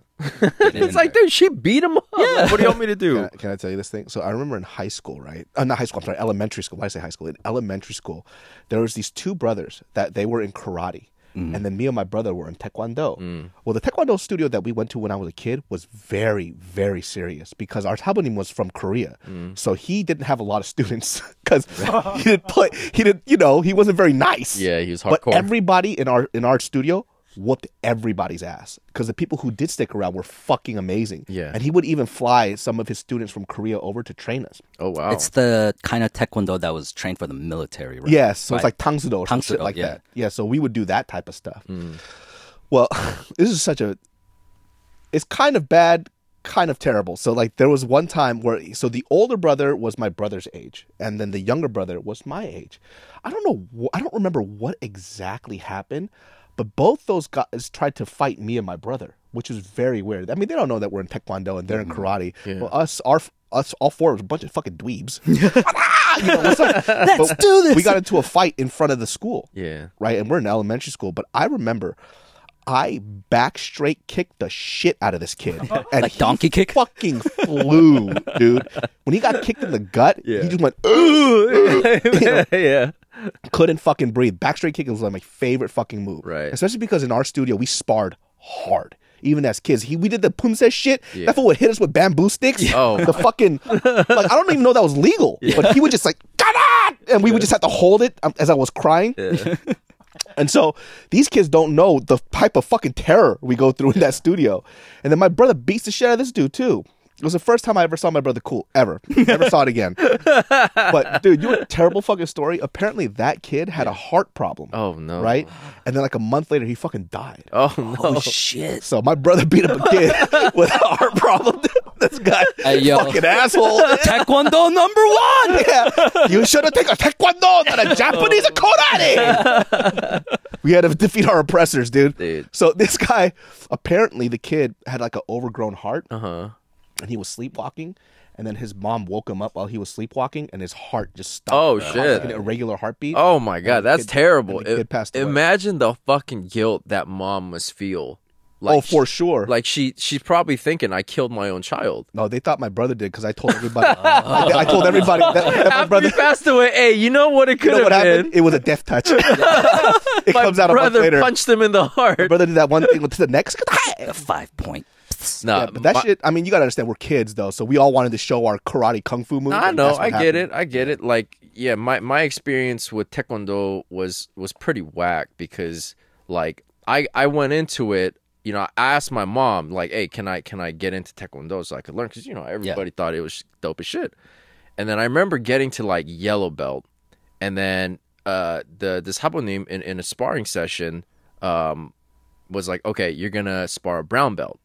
It's like, dude, she beat him up. Like, what do you want me to do?
Can I, can I tell you this thing? So I remember in high school, right? Uh, not high school. I'm sorry, elementary school. Why did I say high school? In elementary school, there was these two brothers that they were in karate, and then me and my brother were in taekwondo.
Mm.
Well, the taekwondo studio that we went to when I was a kid was very, very serious because our tabunim was from Korea,
Mm.
so he didn't have a lot of students because he didn't play. He didn't, you know, he wasn't very nice.
Yeah, he was
But
hardcore.
everybody in our in our studio whooped everybody's ass because the people who did stick around were fucking amazing.
Yeah.
and he would even fly some of his students from Korea over to train us.
oh wow.
It's the kind of taekwondo that was trained for the military, right?
Yes, so it's like
Right.
tangsudo or some shit
Tangsudo,
like
yeah. Mm.
that. Yeah, so we would do that type of stuff. Well, this is such a. It's kind of bad, kind of terrible. So like there was one time where so the older brother was my brother's age, and then the younger brother was my age. I don't know. wh- I don't remember what exactly happened, but both those guys tried to fight me and my brother, which is very weird. I mean, they don't know that we're in taekwondo and they're in
Mm-hmm.
karate. Well, us, our, us, all four was a bunch of fucking dweebs. You know, it's like- but
do this.
We got into a fight in front of the school
yeah.
right? And we're in elementary school, but I remember I back straight kicked the shit out of this kid. And
Like
he
donkey kick?
Fucking flew, dude. When he got kicked in the gut,
Yeah.
he just went, "Ugh, ugh," you know,
yeah.
couldn't fucking breathe. Back straight kick was like my favorite fucking move.
Right.
Especially because in our studio, we sparred hard. Even as kids, he we did the punse shit.
Yeah.
That fool would hit us with bamboo sticks.
Oh
The fucking like I don't even know that was legal, but he would just like "Come on!" and we would just have to hold it um, as I was crying. And so these kids don't know the type of fucking terror we go through in that studio. And then my brother beats the shit out of this dude too. It was the first time I ever saw my brother cool ever. Never saw it again. But dude, you know what a terrible fucking story. Apparently that kid had a heart problem.
Oh, no.
Right? And then like a month later he fucking died.
Oh no.
Oh shit!
So my brother beat up a kid with a heart problem. this guy
Hey, yo.
fucking asshole.
Taekwondo number one.
Yeah. You should have taken taekwondo, not a
Oh.
Japanese karate. we had to defeat our oppressors, dude.
Dude.
So this guy, apparently, the kid had like an overgrown heart,
Uh huh.
and he was sleepwalking, and then his mom woke him up while he was sleepwalking, and his heart just stopped.
Oh,
It was like
shit.
an irregular heartbeat.
Oh my god,
the
that's
kid-
terrible.
and the
It-
kid passed away.
Imagine the fucking guilt that mom must feel.
oh, for
she-
sure.
Like she, she's probably thinking, "I killed my own child."
no, they thought my brother did because I told everybody. I, I
Oh.
told everybody that, that my
After
brother.
he passed away, hey, you know what it could
You know
have
what
been?
happened? It was a death touch. it
my
comes out a month
brother
later.
punched him in the
My
heart.
brother did that one thing to the next.
A five point.
Nah,
Yeah, but that
my-
shit. I mean, you gotta understand, we're kids though, so we all wanted to show our karate kung fu moves.
I
and
know,
that's
I
what
get it,
happened.
I get it. Like, yeah, my my experience with taekwondo was was pretty whack because like I I went into it, you know, I asked my mom like, "Hey, can I can I get into taekwondo so I could learn?" Because you know everybody thought it was dope as shit. And then I remember getting to like yellow belt, and then uh the this habonim in in a sparring session, um, was like, "Okay, you're gonna spar a brown belt."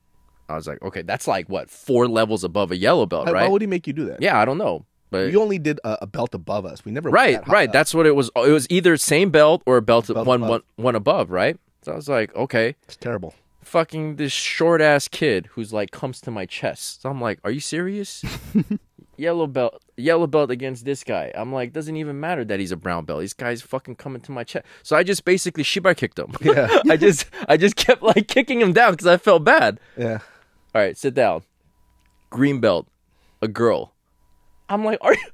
I was like, "Okay, that's like what four levels above a yellow belt,
Why-
right?"
Why would he make you do that?
Yeah, I don't know, but
you only did a, a belt above us. We never went
right,
that high
right.
up.
That's what it was. It was either same belt or a belt,
Belt
one,
above.
one, one above, right? So I was like, okay,
It's terrible.
fucking this short ass kid who's like comes to my chest. So I'm like, are you serious? yellow belt, yellow belt against this guy. I'm like, doesn't even matter that he's a brown belt. This guy's fucking coming to my chest. So I just basically shibai kicked him.
Yeah.
I just, I just kept like kicking him down because I felt bad.
Yeah.
All right, sit down. Green belt, a girl. I'm like, are you,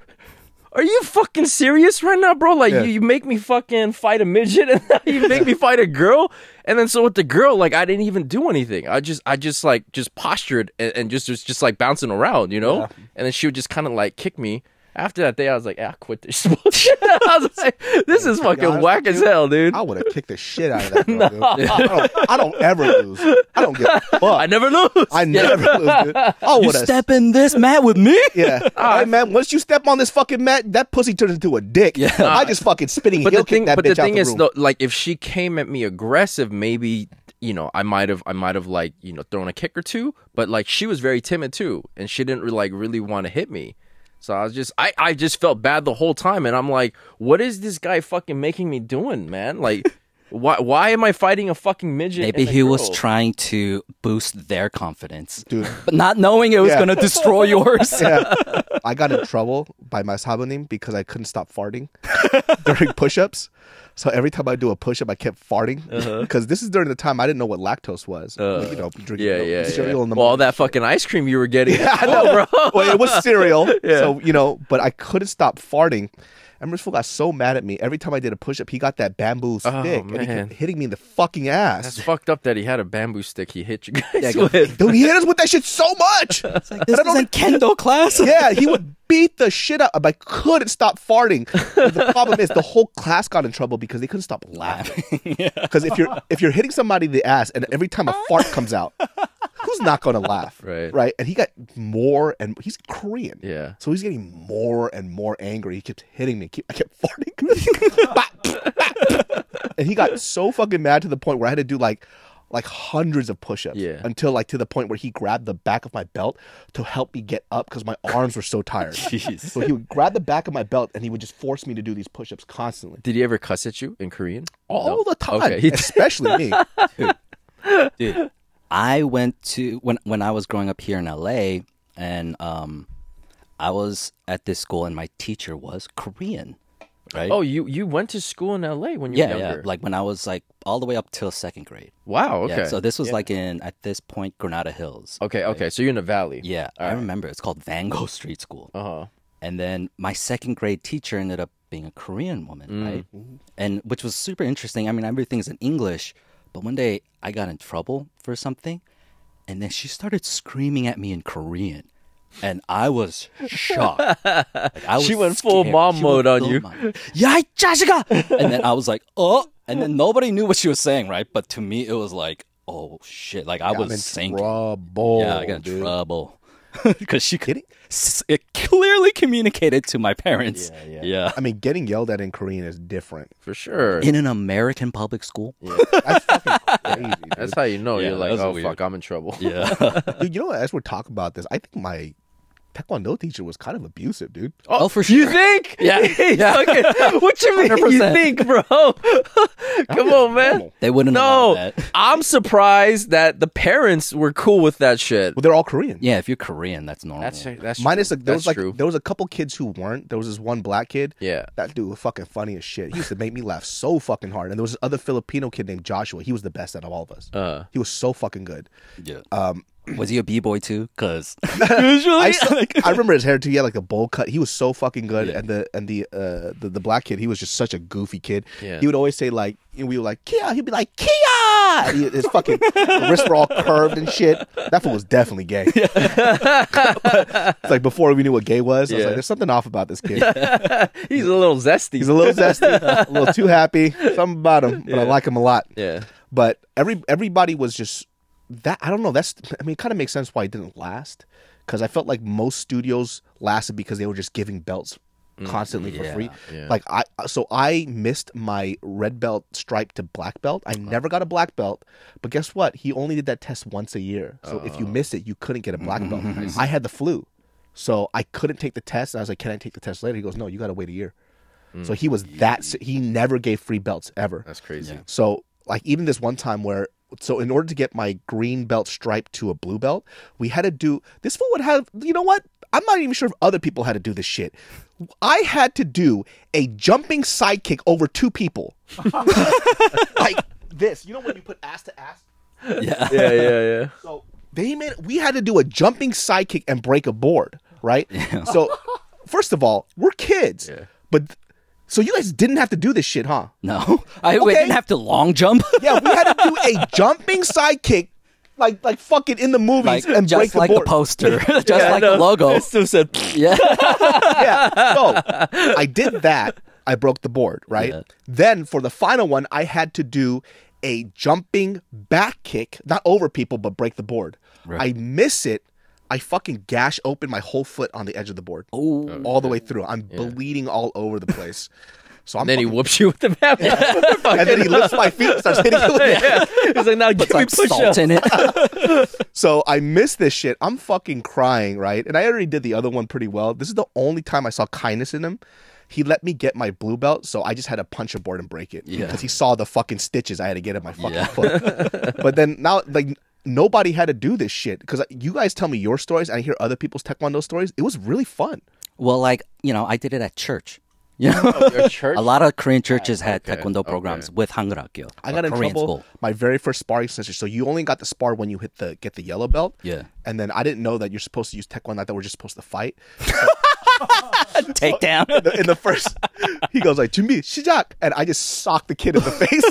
are you fucking serious right now, bro? Like,
Yeah.
you, you make me fucking fight a midget, and now you make me fight a girl, and then so with the girl, like, I didn't even do anything. I just, I just like, just postured and, and just was just like bouncing around, you know. And then she would just kind of like kick me. After that day, I was like, "Ah, I quit this bullshit. I was like, this is fucking
honest
whack
with
as
you,
hell, dude.
I would have kicked the shit out of that. Girl, dude. I, don't, I don't ever lose. I don't give a fuck.
I
I,
never lose.
never lose. Dude. I
You
would have.
step in this mat with me?
yeah. hey man, once you step on this fucking mat, that pussy turns into a dick. Yeah. I just fucking spitting
but
heel
the
kick
thing,
that
but
bitch
the thing
out the
is,
room.
though, like if she came at me aggressive, maybe you know I might have, I might have like you know thrown a kick or two. But like she was very timid too, and she didn't like really want to hit me. So I was just, I, I just felt bad the whole time, and I'm like, what is this guy fucking making me doing, man? Like, why, why am I fighting a fucking midget?
Maybe
and a
he was
girl?
trying to boost their confidence,
Dude.
but not knowing it was
Yeah.
gonna destroy yours.
yeah. I got in trouble by my sabonim because I couldn't stop farting during push-ups. So every time I do a push-up, I kept farting
Uh-huh.
because this is during the time I didn't know what lactose was. you know, drinking
Uh, Yeah,
milk,
yeah, yeah.
cereal in the
well, all
morning.
that fucking ice cream you were getting.
I know, bro. well, it was cereal, so you know, but I couldn't stop farting. And this fool got so mad at me every time I did a push-up. He got that bamboo stick and he
Oh, man.
kept hitting me in the fucking ass.
It's fucked up that he had a bamboo stick he hit you
Yeah,
guys
go-
with.
Dude, he hit us with that shit so much.
This
I don't
isn't kendo class.
yeah, he would beat the shit out. I couldn't stop farting. But the problem is the whole class got in trouble because they couldn't stop laughing. Because if you're if you're hitting somebody in the ass and every time a fart comes out, who's not going to laugh?
Right.
Right. And he got more and he's Korean.
Yeah.
So he's getting more and more angry. He kept hitting me. Keep- I kept farting. Bah, bah. and he got so fucking mad to the point where I had to do like like hundreds of push-ups
Yeah.
until like to the point where he grabbed the back of my belt to help me get up because my arms were so tired. So he would grab the back of my belt and he would just force me to do these push-ups constantly.
Did he ever cuss at you in Korean?
All
Oh, No.
the time.
Okay, he-
Especially me.
Dude, I went to when when I was growing up here in LA, and um, I was at this school, and my teacher was Korean. right?
Oh, you you went to school in L.A. when you
yeah,
were younger.
yeah. Like when I was like all the way up till second grade.
wow. Okay.
Yeah, so this was like in at this point Granada Hills.
okay. Okay. So you're in the valley.
Yeah, I remember. It's called Van Gogh Street School.
Uh huh.
And then my second grade teacher ended up being a Korean woman,
Mm.
right? And which was super interesting. I mean, everything's in English, but one day I got in trouble for something, and then she started screaming at me in Korean. And I was shocked. Like, I
She
was
went full
scared.
mom
She
mode
went
on
full
you.
mom. "Yeah, 이 자식아!" and then I was like, "Oh!" And then nobody knew what she was saying, right? But to me, it was like, "Oh shit!" Like I
I'm in
was sinking.
trouble.
Yeah, I got in
dude.
trouble because she could. It clearly communicated to my parents. Yeah,
I mean, getting yelled at in Korean is different.
For sure.
In an American public school.
That's fucking crazy. Dude.
That's how you know you're
Yeah,
like,
that's
oh
weird.
fuck, I'm in trouble.
Yeah.
dude, you know, what? as we're talking about this, I think my Taekwondo teacher was kind of abusive, dude.
oh, for sure.
You think?
Yeah. Yeah.
Okay. What you mean? You
100%.
think, bro? Come on, man.
normal.
They wouldn't allow
No,
that.
I'm surprised that the parents were cool with that shit.
Well, they're all Korean.
Yeah, if you're Korean, that's normal.
That's that's
Minus
true.
like, there was like
That's true.
there was a couple kids who weren't. There was this one black kid.
Yeah.
That dude was fucking funny as shit. He used to make me laugh so fucking hard. And there was this other Filipino kid named Joshua. He was the best out of all of us.
Uh.
he was so fucking good.
yeah. was he a b boy too? Because
I,
usually,
still-
like,
I remember his hair too. He had like a bowl cut. He was so fucking good. And the and the, uh, the the black kid, he was just such a goofy kid.
Yeah.
He would always say like, and we were like Kia. He'd be like Kia. And he- his fucking wrists were all curved and shit. That fool was definitely gay. it's like before we knew what gay was. I was
Yeah.
like, there's something off about this kid.
he's a little zesty.
He's a little zesty, a little too happy. Something about him, but I like him a lot.
yeah.
But every everybody was just that. I don't know. That's I mean, it kind of makes sense why it didn't last because I felt like most studios lasted because they were just giving belts constantly for free. Like I, uh, so I missed my red belt stripe to black belt. I never got a black belt, but guess what? He only did that test once a year. So if you missed it, you couldn't get a black belt. I had the flu. So I couldn't take the test, and I was like, "Can I take the test later?" He goes, "No, you got to wait a year." So he was that. s- He never gave free belts ever.
That's crazy.
So like even this one time where so in order to get my green belt stripe to a blue belt, we had to do this fool would have you know what? I'm not even sure if other people had to do this shit. I had to do a jumping sidekick over two people. like this. You know when you put ass to ass?
yeah.
Yeah, yeah, yeah.
So they made we had to do a jumping sidekick and break a board, right? So first of all, we're kids. But so you guys didn't have to do this shit, huh?
No, I we
Okay.
didn't have to long jump.
Yeah, we had to do a jumping sidekick, like like fucking in the movies,
Like
and break
just
the
like the
board.
poster, just
Yeah,
like
no,
the logo.
it still said,
Yeah,
yeah. So I did that. I broke the board, right? Then for the final one, I had to do a jumping back kick, not over people, but break the board. I miss it. I fucking gash open my whole foot on the edge of the board,
Ooh.
all the way through. I'm bleeding all over the place. So I'm
then he
fucking-
whoops you with the bat.
and then he lifts my feet, and starts hitting me with it.
yeah. He's like, now give
it's
me
like
push
salt
ups.
in it.
So I missed this shit. I'm fucking crying, right? And I already did the other one pretty well. This is the only time I saw kindness in him. He let me get my blue belt, so I just had to punch a board and break it
Yeah.
because he saw the fucking stitches I had to get in my fucking foot. but then now, like nobody had to do this shit because you guys tell me your stories and I hear other people's taekwondo stories. It was really fun.
Well, like you know, I did it at church. You know,
Oh, church?
a lot of Korean churches had taekwondo programs with Hangul
I got in
Uh, Korean
trouble
school.
my very first sparring session. So you only got to spar when you hit the get the yellow belt.
Yeah.
and then I didn't know that you're supposed to use taekwondo. That we're just supposed to fight.
Take down.
the- in the first, he goes like, "Jimmy, Shijak," and I just socked the kid in the face,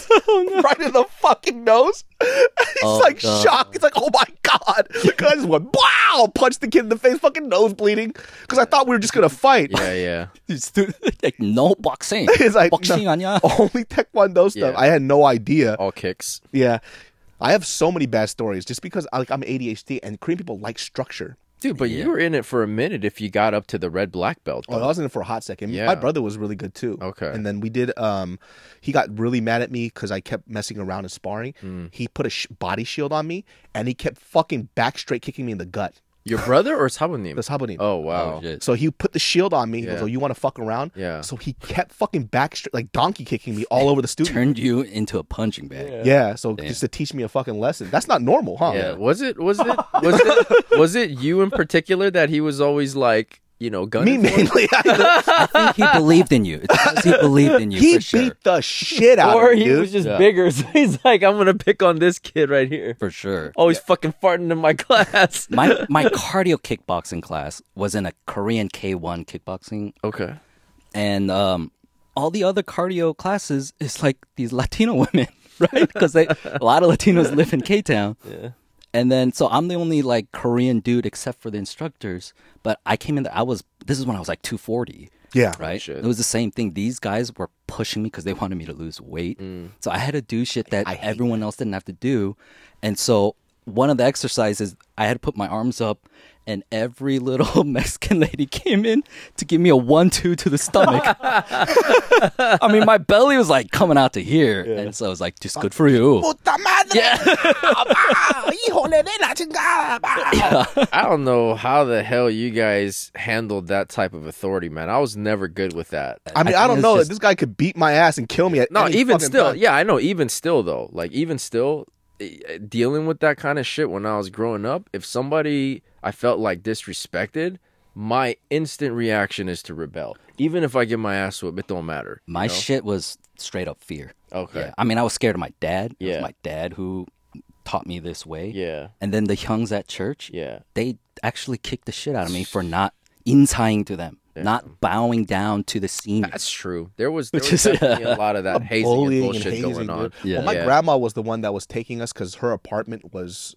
right in the fucking nose. He's
Oh,
like
God.
shocked. He's like, "Oh my god!" 'Cause I just went, "Wow!" Punched the kid in the face, fucking nose bleeding, because I thought we were just gonna fight.
Yeah, yeah.
like no boxing.
It's like
boxing
no, Oh.
아니야.
only taekwondo stuff.
Yeah.
I had no idea.
All kicks.
Yeah, I have so many bad stories just because I, like I'm ADHD and Korean people like structure.
Dude, but you were in it for a minute if you got up to the red black belt.
Oh,
though.
I was in it for a hot second. My
Yeah.
brother was really good too.
Okay.
And then we did. Um, he got really mad at me because I kept messing around and sparring.
Hmm.
He put a sh- body shield on me, and he kept fucking back straight kicking me in the gut.
Your brother or Sabunim?
That's Habunin.
Oh, wow.
shit.
So he put the shield on me. He goes,
Yeah.
"Oh, you want to fuck around?"
Yeah.
So he kept fucking back straight, like donkey kicking me all over the studio.
Turned you into a punching bag.
yeah. So just to teach me a fucking lesson. That's not normal, huh?
Yeah. Was it was it was it was it you in particular that he was always like you know, gun.
Me mainly.
I think he believed in you. It's because he believed in you
he
for
beat
sure.
the shit out
Or
of me,
he
dude.
was just
Yeah.
bigger, so he's like, I'm gonna pick on this kid right here.
for sure.
Always fucking farting in my class.
My my cardio kickboxing class was in a Korean K1 kickboxing
okay.
and um, all the other cardio classes is like these Latino women, right? Because they a lot of Latinos live in K Town. Yeah. And then so I'm the only like Korean dude except for the instructors. But I came in there. I was this is when I was like 240.
yeah.
Right.
shit.
It was the same thing. These guys were pushing me because they wanted me to lose weight.
Mm.
So I had to do shit that everyone else didn't have to do. And so one of the exercises, I had to put my arms up, and every little Mexican lady came in to give me a one two to the stomach. I mean, my belly was like coming out to here. And so I was like, just good for you.
Puta madre. Ah, híjole de la chingada, ah.
I don't know how the hell you guys handled that type of authority, man. I was never good with that.
I mean,
think
I, don't
it's
know.
just-
This guy could beat my ass and kill me at
No,
any
even
fucking
still,
time.
yeah, I know. Even still, though, like even still, eh, eh, dealing with that kind of shit when I was growing up, if somebody I felt like disrespected, my instant reaction is to rebel. Even if I get my ass whipped, it don't matter.
My shit was straight up fear.
Okay.
Yeah. I mean, I was scared of my dad. It was
Yeah.
my dad who taught me this way.
Yeah,
And then the Hyungs at church,
yeah.
they actually kicked the shit out of me for not intying to them, not bowing down to the senior.
That's true. There was, there
Which
was
is-
definitely a lot of that hazing and
bullying and
bullshit
hazing,
going on.
dude. Well, my grandma was the one that was taking us because her apartment was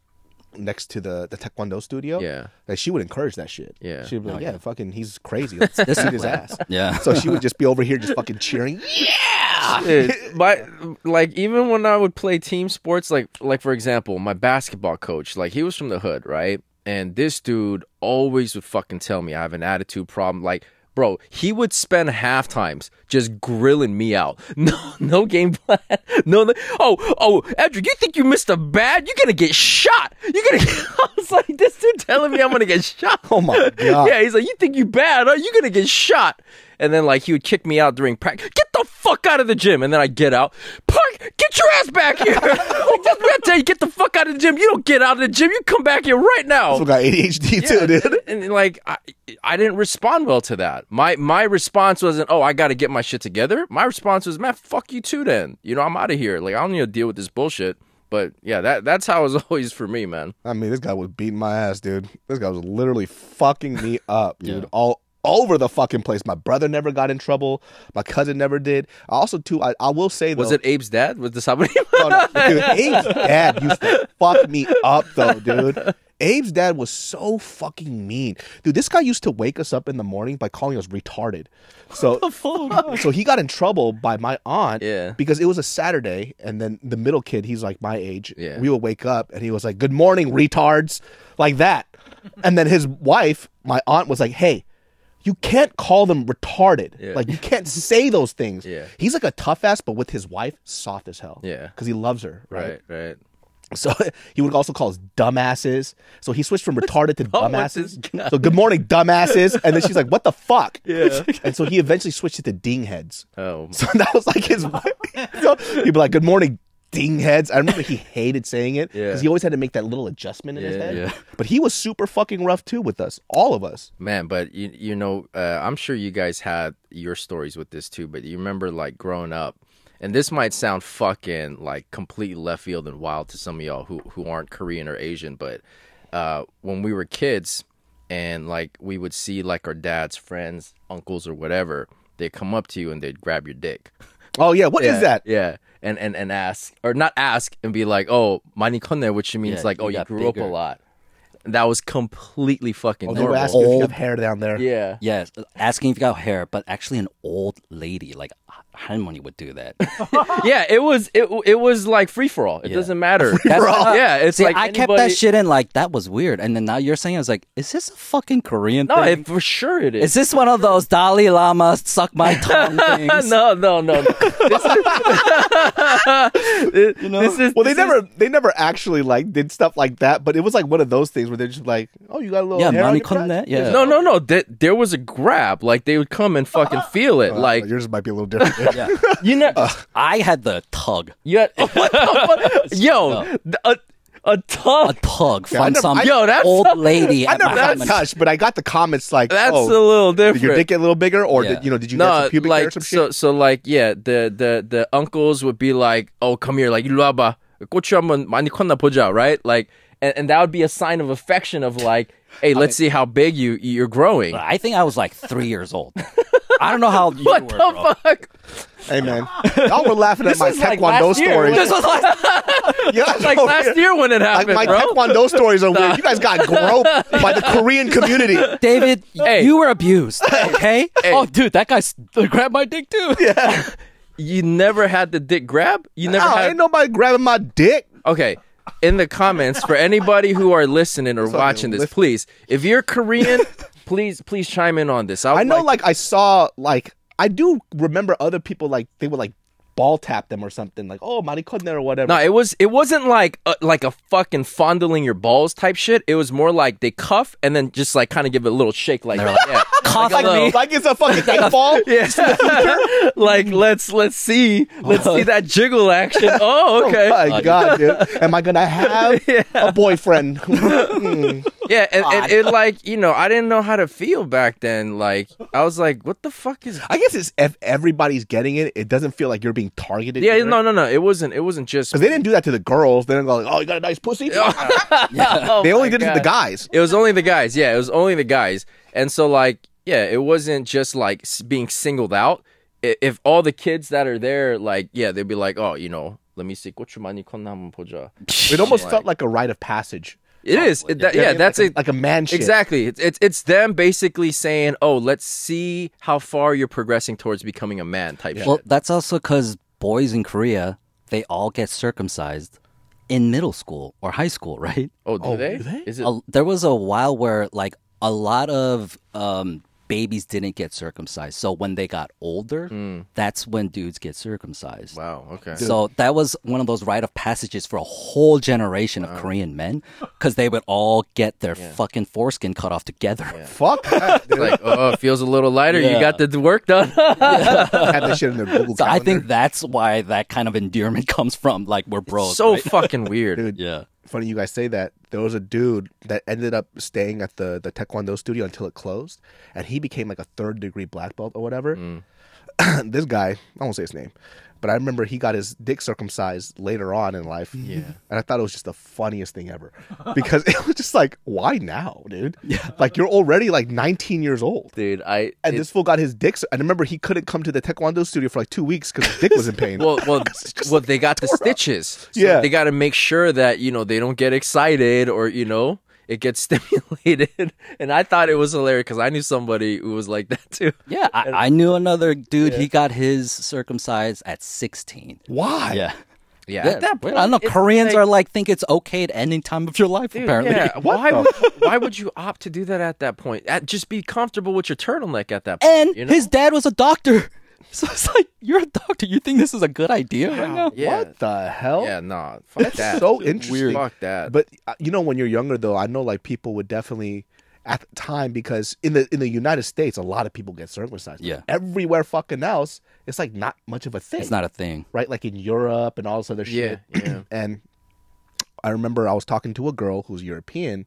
next to the, the taekwondo studio.
Yeah.
Like, she would encourage that shit.
Yeah.
She'd be like, yeah, fucking, he's crazy. Let's beat
Discipline.
his ass.
Yeah.
So she would just be over here just fucking cheering.
Dude, my like even when I would play team sports, like like for example, my basketball coach, like he was from the hood, right? And this dude always would fucking tell me I have an attitude problem. Like, bro, he would spend half times just grilling me out. No, no game plan. No, no oh, oh, Edric, you think you missed a bad? You're gonna get shot. You're gonna. Get, I was like, this dude telling me I'm gonna get shot.
Oh my God.
Yeah, he's like, you think you bad, huh? You're gonna get shot. And then like he would kick me out during practice. Get the fuck out of the gym. And then I get out. Park, get your ass back here. like, that's what I tell you. Get the fuck out of the gym. You don't get out of the gym. You come back here right now.
Also got ADHD too,
Yeah,
dude.
And, and, like I, I didn't respond well to that. My my response wasn't, "Oh, I got to get my shit together." My response was, "Man, fuck you too then. You know, I'm out of here. Like I don't need to deal with this bullshit." But yeah, that that's how it was always for me, man.
I mean, this guy was beating my ass, dude. This guy was literally fucking me up, dude. All over the fucking place. My brother never got in trouble. My cousin never did. I also too, I, I will say though,
Was it Abe's dad? Was this somebody?
No, no, dude, Abe's dad used to fuck me up though, dude. Abe's dad was so fucking mean, dude. This guy used to wake us up in the morning by calling us retarded. So, so he got in trouble by my aunt,
Yeah.
because it was a Saturday, and then the middle kid, he's like my age,
Yeah.
we would wake up, and he was like, "Good morning, retards," like that, and then his wife, my aunt, was like, "Hey." You can't call them retarded.
Yeah.
Like you can't say those things.
Yeah.
He's like a tough ass, but with his wife, soft as hell
Yeah.
because he loves her, right?
right, right.
So he would also call us dumbasses. So he switched from retarded to
wrong with this
dumbasses. So good morning, dumbasses. And then she's like, "What the fuck?" Yeah. And so he eventually switched it to dingheads.
Oh,
So that was like his. so he'd be like, "Good morning, dingheads." I remember he hated saying it because
Yeah.
he always had to make that little adjustment in his
Yeah,
head.
yeah.
But he was super fucking rough too with us, all of us.
Man, but you you know, uh, I'm sure you guys had your stories with this too. But you remember like growing up, and this might sound fucking like completely left field and wild to some of y'all who who aren't Korean or Asian, but uh, when we were kids, and like we would see like our dad's friends, uncles, or whatever, they'd come up to you and they'd grab your dick.
Oh yeah, what is
Yeah,
that?
Yeah. And, and and ask or not ask and be like, oh, 많이 컸네, which means
Yeah,
like,
you
oh, you
got
grew up
bigger.
a lot. And that was completely fucking
Oh, they
normal.
were asking if you have hair down there.
yeah.
Yes, asking if you got hair, but actually an old lady like Harmony would do that.
yeah, it was it it was like free for all. It doesn't matter. Yeah, it's
See,
like
I kept that
anybody-
shit in like that was weird, and then now you're saying I was like, is this a fucking Korean
No,
thing?
it, for sure it
is
is.
this one of those Dalai Lama suck my tongue things?
no, no, no. no. this, you know, this is
Well, they
this is-
never, they never actually like did stuff like that, but it was like one of those things where they're just like, "Oh, you got a little
Yeah,
hair on
money
your crotch?"
come that. Yeah.
No, no, no. There, there was a grab. Like they would come and fucking feel
Oh,
it. Like
Uh, yours might be a little different.
Yeah.
you know,
I had the tug.
you had, yo, th- uh, A
a
tug.
tug,
I
find
never-
some
I-
Yo, that's
old
some-
lady.
I
at
never got
my apartment.
touched, but I got the comments like,
That's
oh,
a little
did your
different.
dick get a little bigger, or
Yeah.
did you know? Did you get
no,
some pubic hair or
like
some
so,
shit?
so like yeah, the the the uncles would be like, "Oh, come here, like 일로와봐, 꽃이 한번 많이 컸나 보자," right? Like, and, and that would be a sign of affection of like, "Hey, let's see how big you you're growing."
Ah.
I think I was like three years old. I don't know how old you
What
were.
the
bro.
fuck?
Hey man, y'all were laughing at my
was like
taekwondo
last year.
stories.
This
was
Oh, Yeah,
Like
over
last
here.
year when it
Like
happened,
my
bro.
taekwondo stories are weird. You guys got groped by the Korean community.
David,
Hey.
you were abused. Okay. Oh, dude, that guy s- grabbed my dick too.
you never had the dick grab. You never
No,
had.
ain't nobody grabbing my dick.
Okay. In the comments, for anybody who are listening or watching this,
lift-
please, if you're Korean, please, please chime in on this. would
I know,
like,
like, I saw, like, I do remember other people, like, they would, like, ball tap them or something, like, oh, Maricone or whatever.
no, it was, it wasn't like, a, like a fucking fondling your balls type shit. It was more like they cuff and then just like kind of give it a little shake, like, yeah.
Cough
Like
like, "Ah."
a
me.
little-
like it's a fucking eight ball.
yeah, like let's let's see, let's see that jiggle action. Oh, okay,
Oh my god, dude! Am I gonna have a boyfriend?
yeah, and, and it like you know, I didn't know how to feel back then. Like I was like, what the fuck is
I guess it's if everybody's getting it, it doesn't feel like you're being targeted.
Yeah, no, no, no. It wasn't. It wasn't just
because they didn't do that to the girls. They didn't go like, "Oh, you got a nice pussy."
Oh
they only
my
did it to the
God.
guys.
It was only the guys. Yeah, it was only the guys. And so like, yeah, it wasn't just like s- being singled out. I- If all the kids that are there, like, yeah, they'd be like, oh, you know, let me see. It
It almost felt like a rite of passage.
is. It, that, yeah, that's
like
it.
a, like a man. Shit.
Exactly. It's, it's it's them basically saying, "Oh, let's see how far you're progressing towards becoming a man." Type shit.
Well, that's also because boys in Korea, they all get circumcised in middle school or high school, right?
oh, do they? Is it?
A, there was a while where like a lot of um, babies didn't get circumcised. So when they got older, that's when dudes get circumcised.
wow. Okay.
So that was one of those rite of passages for a whole generation of Korean men because they would all get their fucking foreskin cut off together.
Fuck. that, dude.
like, oh, it feels a little lighter. You
Yeah.
got the d- work done.
Had that shit in their Google
So I
calendar.
think that's why that kind of endearment comes from. Like we're bros.
so
right?
fucking weird.
Dude.
yeah.
funny you guys say that. There was a dude that ended up staying at the the taekwondo studio until it closed, and he became like a third degree black belt or whatever.
Mm.
this guy, I won't say his name, but I remember he got his dick circumcised later on in life. Yeah, and I thought it was just the funniest thing ever because it was just like, why now, dude? Yeah, like you're already like 19 years old.
Dude, I
And
it-
this fool got his dick. cir- And remember, he couldn't come to the taekwondo studio for like two weeks because his dick was in pain.
well, well, well. They got the stitches. So
Yeah.
they got to make sure that you know they don't get excited or you know it gets stimulated. And I thought it was hilarious because I knew somebody who was like that too.
Yeah, I, I knew another dude. He got his circumcised at 16.
why?
Yeah.
Yeah,
Yeah,
at that
well,
point,
I don't know.
it's
Koreans
like-
are like think it's okay at any time of your life.
Dude,
apparently,
Yeah, why would why would you opt to do that at that point? At, just be comfortable with your turtleneck at
Eh,
that point.
and
you know?
his dad was a doctor, so it's like you're a doctor. You think this is a good idea right now?
yeah,
What the hell?
yeah, nah, fuck that.
so interesting.
Fuck that.
But uh, you know, when you're younger, though, I know like people would definitely at the time because in the in the United States, a lot of people get circumcised.
Yeah.
everywhere fucking else, it's like not much of a thing.
It's not a thing.
right, like in Europe and all this other
Yeah,
shit.
yeah.
and I remember I was talking to a girl who's European.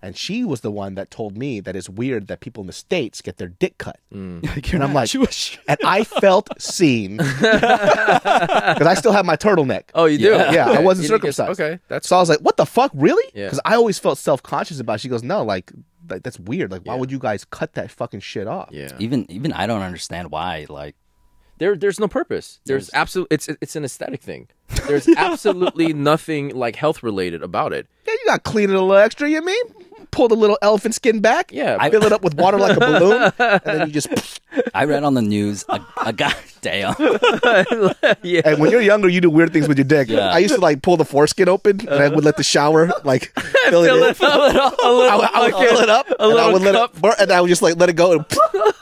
And she was the one that told me that it's weird that people in the states get their dick cut,
Mm.
and
I'm like-
Jewish.
and I felt seen because I still have my turtleneck.
oh, you do?
Yeah.
Yeah, I
Okay.
wasn't
You didn't get-
circumcised.
okay, that's
So I was like, "What the fuck, really?"
Yeah.
Because I always felt self conscious about. it. She goes, "No, like like, that's weird. Like, why would you guys cut that fucking shit off?"
yeah.
Even even I don't understand why. Like
there there's no purpose. There's absolute it's it's an aesthetic thing. There's absolutely nothing like health related about it.
Yeah, you got to clean it a little extra. You mean pull the little elephant skin back?
Yeah, I-
fill it up with water like a balloon, and then you just.
I read on the news a, a guy. Damn.
yeah.
And when you're younger, you do weird things with your dick.
Yeah.
I used to like pull the foreskin open, and I would let the shower like fill it in. I would, I would fill it up, and I
little
would let it,
cup.
bur- and I would just like let it go, and,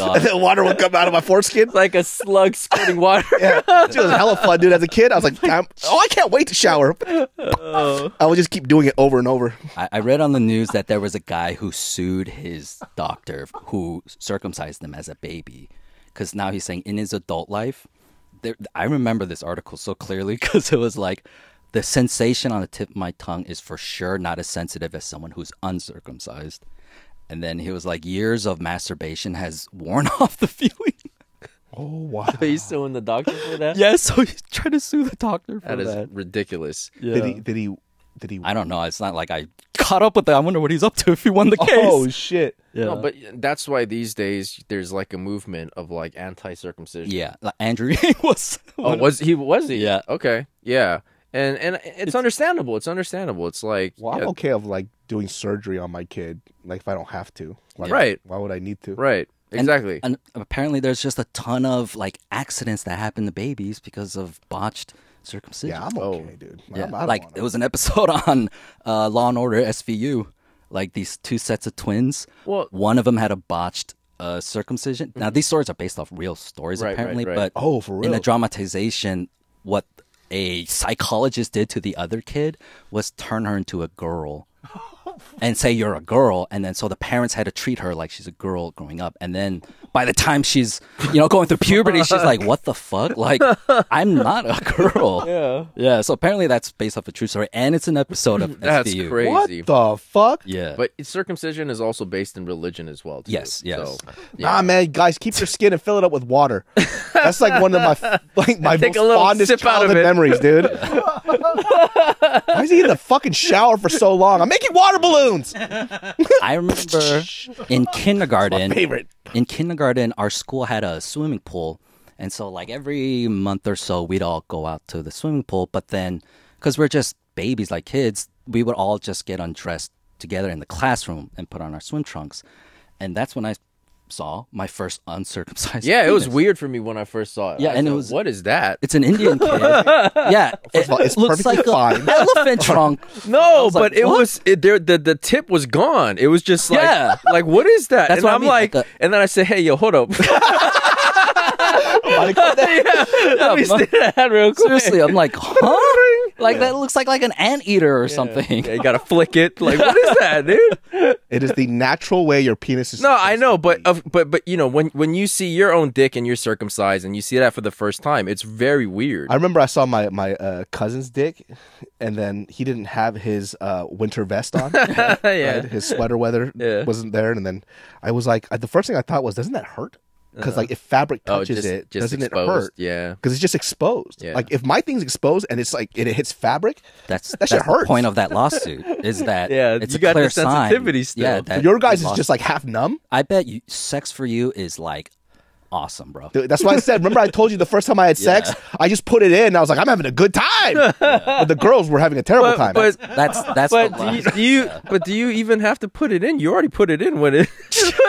and then water would come out of my foreskin.
like a slug squirting water.
Yeah. It was hella fun, dude. As a kid, I was like, damn, oh, I can't wait to shower.
Oh.
I would just keep doing it over and over.
I, I read on the news that there was a guy who sued his doctor who circumcised him as a baby because now he's saying in his adult life, there, I remember this article so clearly because it was like the sensation on the tip of my tongue is for sure not as sensitive as someone who's uncircumcised. And then he was like, years of masturbation has worn off the feeling.
Oh wow!
Are you still in the doctor for that?
yeah, so he's trying to sue the doctor for
That
that.
is ridiculous.
yeah.
Did he? Did he? Did he?
I don't know. It's not like I caught up with that. I wonder what he's up to if he won the case.
Oh shit!
yeah.
No, but that's why these days there's like a movement of like anti-circumcision.
yeah, like, Andrew Yang was.
Oh, was he? Was he?
Yeah.
Okay. Yeah. And and it's, understandable. It's understandable. It's like
Well, I'm
yeah,
okay of like doing surgery on my kid, like if I don't have to. Like,
Right.
Why would I need to?
right. Exactly.
And apparently, there's just a ton of like accidents that happen to babies because of botched circumcision.
Yeah, I'm okay, dude.
Oh. Yeah,
I'm, I don't
like
wanna-
it was an episode on uh, Law and Order SVU. Like these two sets of twins.
Well- Mm-hmm.
one of them had a botched uh, circumcision. Now these stories are based off real stories,
Right, right,
apparently.
right.
But
Oh, for
in
real?
a dramatization, what a psychologist did to the other kid was turn her into a girl. And say you're a girl, and then so the parents had to treat her like she's a girl growing up, and then by the time she's, you know, going through puberty, she's like, "What the fuck? Like, I'm not a girl."
yeah.
Yeah, so apparently that's based off a true story, and it's an episode of
That's
SVU.
what
crazy.
the fuck?
Yeah,
But circumcision is also based in religion as well. Too.
yes, yes,
So,
Nah, man, guys, keep your skin and fill it up with water. That's like one of my like my
Take
most
a little
fondest
sip out of
childhood
it.
memories, dude. Why is he in the fucking shower for so long? I'm making water balloons.
I remember in kindergarten.
favorite.
In kindergarten, our school had a swimming pool, and so like every month or so, we'd all go out to the swimming pool. But then, because we're just babies, like kids, we would all just get undressed together in the classroom and put on our swim trunks, and that's when I saw my first uncircumcised.
yeah, it was
penis.
weird for me when I first saw it.
Yeah,
I
and it
thought,
was-
what is that?
It's an Indian kid. yeah,
First of all, it's
it looks
perfectly
like
fine.
an elephant trunk.
No,
was
Oh, but
like,
it
"What?"
was it, there. The the tip was gone. It was just like,
Yeah.
like what is that?
That's
and
what I
I'm
mean,
like,
like
and then I said, hey, yo, hold up.
Why they call that-
yeah, let me
my-
see that real quick.
Seriously, I'm like, huh? Like that looks like like an anteater or something.
Yeah, you gotta flick it. Like, what is that, dude?
It is the natural way your penis is.
No, I know, but of, but but you know, when when you see your own dick and you're circumcised and you see that for the first time, it's very weird.
I remember I saw my my uh, cousin's dick, and then he didn't have his uh, winter vest on. right?
yeah,
His sweater weather
Yeah.
wasn't there, and then I was like, I, the first thing I thought was, doesn't that hurt? Because like if fabric
Oh,
touches
just-
it,
just
doesn't
exposed,
it hurt?
yeah.
because it's just exposed.
Yeah.
Like if my thing's exposed and it's like it, hits fabric, That
That's
shit
that's the
hurts.
point of that lawsuit is that
Yeah,
it's
you
a
got the
clear sign.
sensitivity still.
Yeah, that
your guys is
you lost-
just like half numb.
I bet you sex for you is like awesome, bro.
Dude, That's why I said. Remember, I told you the first time I had sex, I just put it in. And I was like, I'm having a good time, but the girls were having a terrible
But,
time.
but
That's that's
but do
the
you,
line.
do you but do you even have to put it in? You already put it in when it.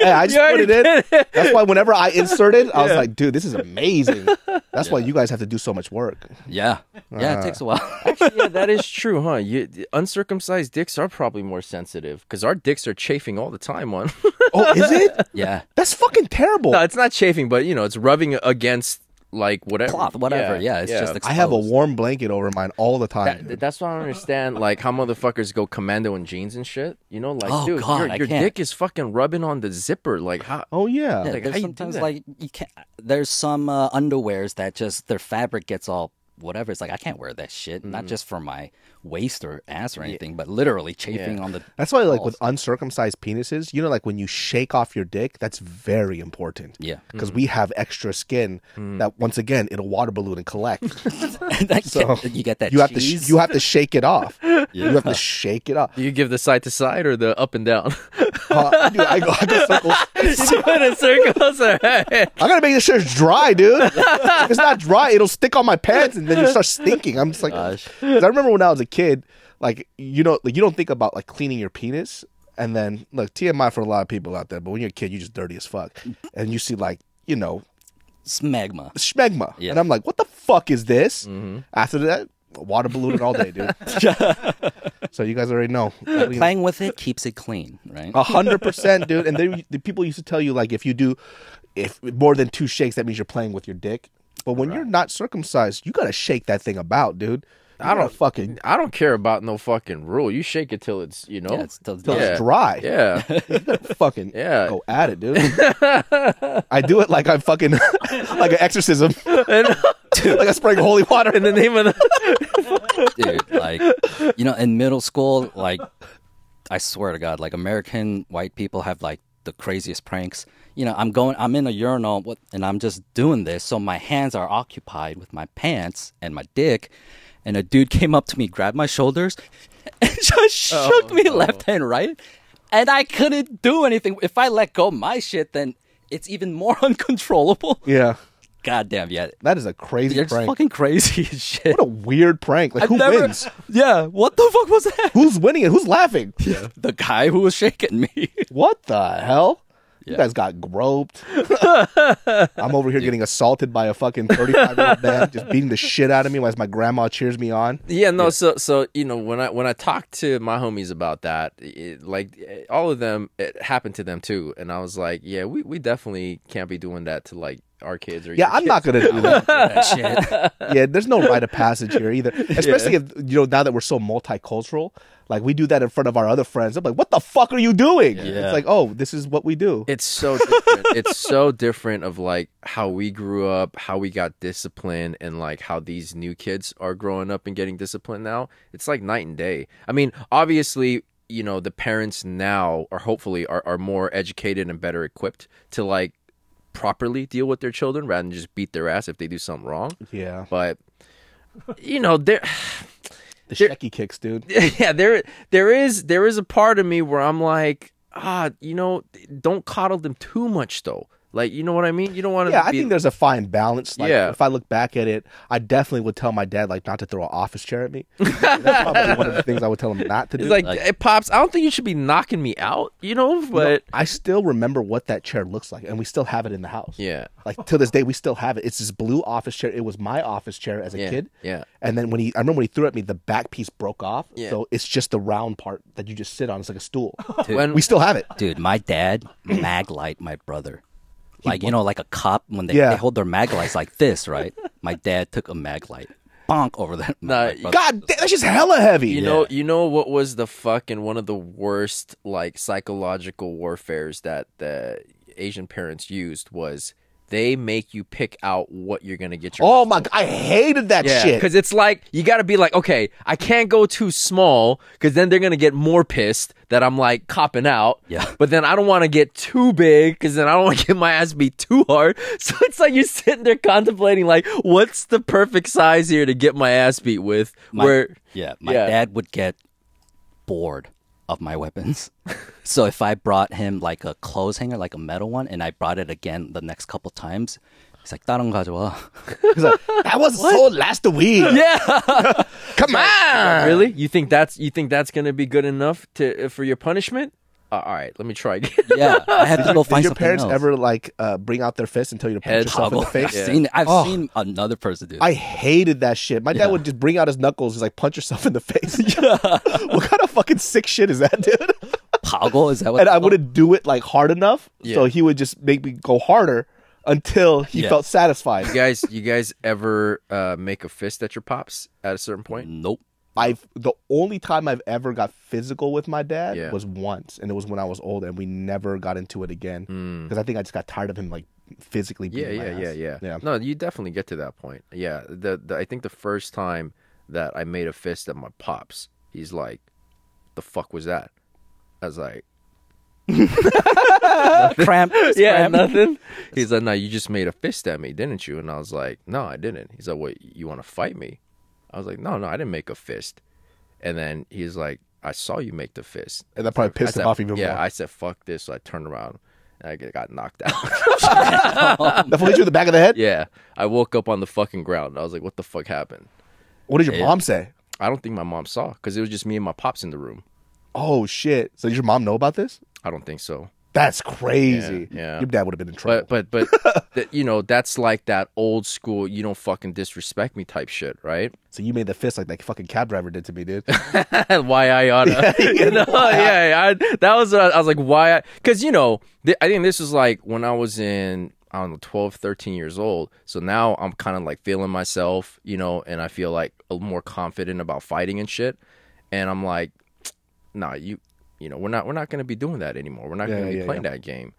Hey, I just
You
put it in.
already
That's why whenever I inserted, I was like, dude, this is amazing. That's why you guys have to do so much work.
yeah. Yeah, it takes a while.
yeah, that is true, huh? You, uncircumcised dicks are probably more sensitive because our dicks are chafing all the time. On
Oh, is it?
yeah.
That's fucking terrible.
no, it's not chafing, but you know, it's rubbing against like whatever
Cloth, whatever. Yeah, it's just
I have a
exposed.
warm blanket over mine all the time.
That-
dude.
that's why I don't understand, like how motherfuckers go commando in jeans and shit. You know, like
Oh,
dude,
God,
your,
I
your
can't.
dick is fucking rubbing on the zipper. Like how?
oh yeah.
Like, how
Yeah, there's
you do
sometimes
that?
like you can't. There's some uh, underwears that just their fabric gets all whatever. It's like I can't wear that shit. Not
Mm.
just for my waist or ass or anything, but literally chafing on the.
That's why, like with uncircumcised penises, you know, like when you shake off your dick, that's very important.
Yeah.
Hmm.
because we have extra skin that, once again, it'll water balloon and collect.
And that
So,
get- you get that.
you have to,
cheese.
sh- you have to shake it off. You have to shake it off.
Do you give the side to side or the up and down?
Uh, dude, I go, I go circles.
you do it in circles. all right.
I gotta make this shit dry, dude. if it's not dry, it'll stick on my pants, and then you start stinking. I'm just like, 'Cause I remember when I was a kid, like you know, like you don't think about like cleaning your penis, and then look TMI for a lot of people out there, but when you're a kid, you're just dirty as fuck, and you see like you know
smegma.
smegma,
Yeah.
and I'm like, what the fuck is this? After that, water ballooning all day, dude. so you guys already know. Oh,
Playing with it keeps it clean, right?
A hundred percent, dude. And they, the people used to tell you like if you do, if more than two shakes, that means you're playing with your dick. But when you're not circumcised, you gotta shake that thing about, dude. I don't fucking
I don't care about no fucking rule. You shake it till it's you know.
Yeah, it's still
till
Yeah.
it's dry.
yeah.
You gotta fucking
Yeah.
go at it, dude. I do it like I'm fucking like an exorcism,
And-
like I spray holy water.
in the name of the
dude. Like, you know, in middle school, like, I swear to God, like American white people have like the craziest pranks. You know, I'm going, I'm in a urinal, what- and I'm just doing this, so my hands are occupied with my pants and my dick. And a dude came up to me, grabbed my shoulders, and just shook Oh, me left and right. And I couldn't do anything. If I let go my shit, then it's even more uncontrollable.
Yeah.
Goddamn, yeah.
That is a crazy
You're just
prank.
fucking crazy as shit.
What a weird prank. Like,
I've
who
never-
wins?
Yeah, what the fuck was that?
Who's winning it? Who's laughing?
The guy who was shaking me.
What the hell? You
Yeah.
guys got groped. I'm over here getting assaulted by a fucking 35 year old man, just beating the shit out of me while my grandma cheers me on.
Yeah, no. So, so you know, when I when I talked to my homies about that, it, like eh, all of them, it happened to them too, and I was like, yeah, we, we definitely can't be doing that to like our kids or
Yeah,
your
I'm not gonna do that.
that shit.
Yeah, there's no rite of passage here either. Especially if you know now that we're so multicultural, like we do that in front of our other friends. I'm like, what the fuck are you doing? It's like, oh, this is what we do.
It's so different. it's so different of like how we grew up, how we got disciplined, and like how these new kids are growing up and getting disciplined now. It's like night and day. I mean, obviously, you know, the parents now are hopefully are, are more educated and better equipped to like properly deal with their children rather than just beat their ass if they do something wrong.
yeah,
But you know, there
the shecky kicks, dude.
yeah, there there is there is a part of me where I'm like, ah, you know, don't coddle them too much though. Like, you know what I mean? You don't want to.
Yeah, I think there's a fine balance. Like,
Yeah.
if I look back at it, I definitely would tell my dad like not to throw an office chair at me. That's probably one of the things I would tell him not to do.
It's like, it pops. I don't think you should be knocking me out. You know, but
I still remember what that chair looks like, and we still have it in the house.
yeah,
Like to this day, we still have it. It's this blue office chair. It was my office chair as a
yeah,
kid.
yeah.
And then when he, I remember when he threw it at me, the back piece broke off.
Yeah.
So it's just the round part that you just sit on. It's like a stool.
When
we still have it.
Dude, my dad mag light my brother. Like, you know, like a cop when they,
Yeah.
they hold their mag lights like this, right? My dad took a mag light. Bonk over that.
Nah,
my brother.
God, damn, that's just hella heavy.
You know, you know what was the fucking one of the worst like psychological warfares that the Asian parents used was they make you pick out what you're gonna get your
Oh my! g- I hated that
Yeah,
shit.
because it's like you got to be like, okay, I can't go too small because then they're gonna get more pissed that I'm like copping out.
Yeah.
But then I don't want to get too big because then I don't want to get my ass beat too hard. So it's like you're sitting there contemplating like, what's the perfect size here to get my ass beat with?
My-
where
Yeah, my
Yeah.
dad would get bored of my weapons. so if I brought him like a clothes hanger, like a metal one, and I brought it again the next couple times, he's like, 다른 거 가져와."
He's like, that was sold last week.
yeah,
Come
Uh.
on.
really? You think that's you think that's gonna be good enough to for your punishment? Uh, all right, let me try again.
Yeah, I had to go
Did
find
your
something
parents
else.
ever like uh, bring out their fists and tell you to punch
Head
yourself in the
I've
face?
seen it. I've
Oh.
seen another person do.
I hated that shit. My dad would just bring out his knuckles. He's like, punch yourself in the face. what kind of fucking sick shit is that, dude?
Pago is that what?
and
it's
I
called?
wouldn't do it like hard enough. So he would just make me go harder until he
Yeah.
felt satisfied.
You guys, you guys ever uh, make a fist at your pops at a certain point?
Nope.
I've the only time I've ever got physical with my dad
Yeah.
was once, and it was when I was old, and we never got into it again because I think I just got tired of him like physically.
Hmm. yeah
Beating
yeah
my
yeah
ass.
yeah
yeah.
no you definitely get to that point yeah the, the i think the first time that i made a fist at my pops he's like the fuck was that i was like
Cramp. cramp.
nothing he's like no you just made a fist at me didn't you and i was like no i didn't he's like what you want to fight me i was like no no i didn't make a fist and then he's like i saw you make the fist
And that probably
I
pissed
said-
him off even
yeah
more.
i said fuck this so i turned around and i get- got knocked out
Um,
That hit you in the back of the head.
yeah i woke up on the fucking ground i was like what the fuck happened
What did your mom say?
I don't think my mom saw because it was just me and my pops in the room.
Oh shit! So did your mom know about this?
I don't think so.
That's crazy.
Yeah, yeah.
Your dad would have been in trouble.
But but but th- you know that's like that old school you don't fucking disrespect me type shit, right?
so you made the fist like that fucking cab driver did to me, dude.
why I oughta, you know? Yeah, I, that was what I, I was like why I because you know th- I think this was like when I was in I don't know 12, 13 years old. So now I'm kind of like feeling myself, you know, and I feel like a little more confident about fighting and shit. And I'm like, nah, you you know we're not we're not gonna be doing that anymore. We're not
Yeah,
gonna be
yeah,
playing that game.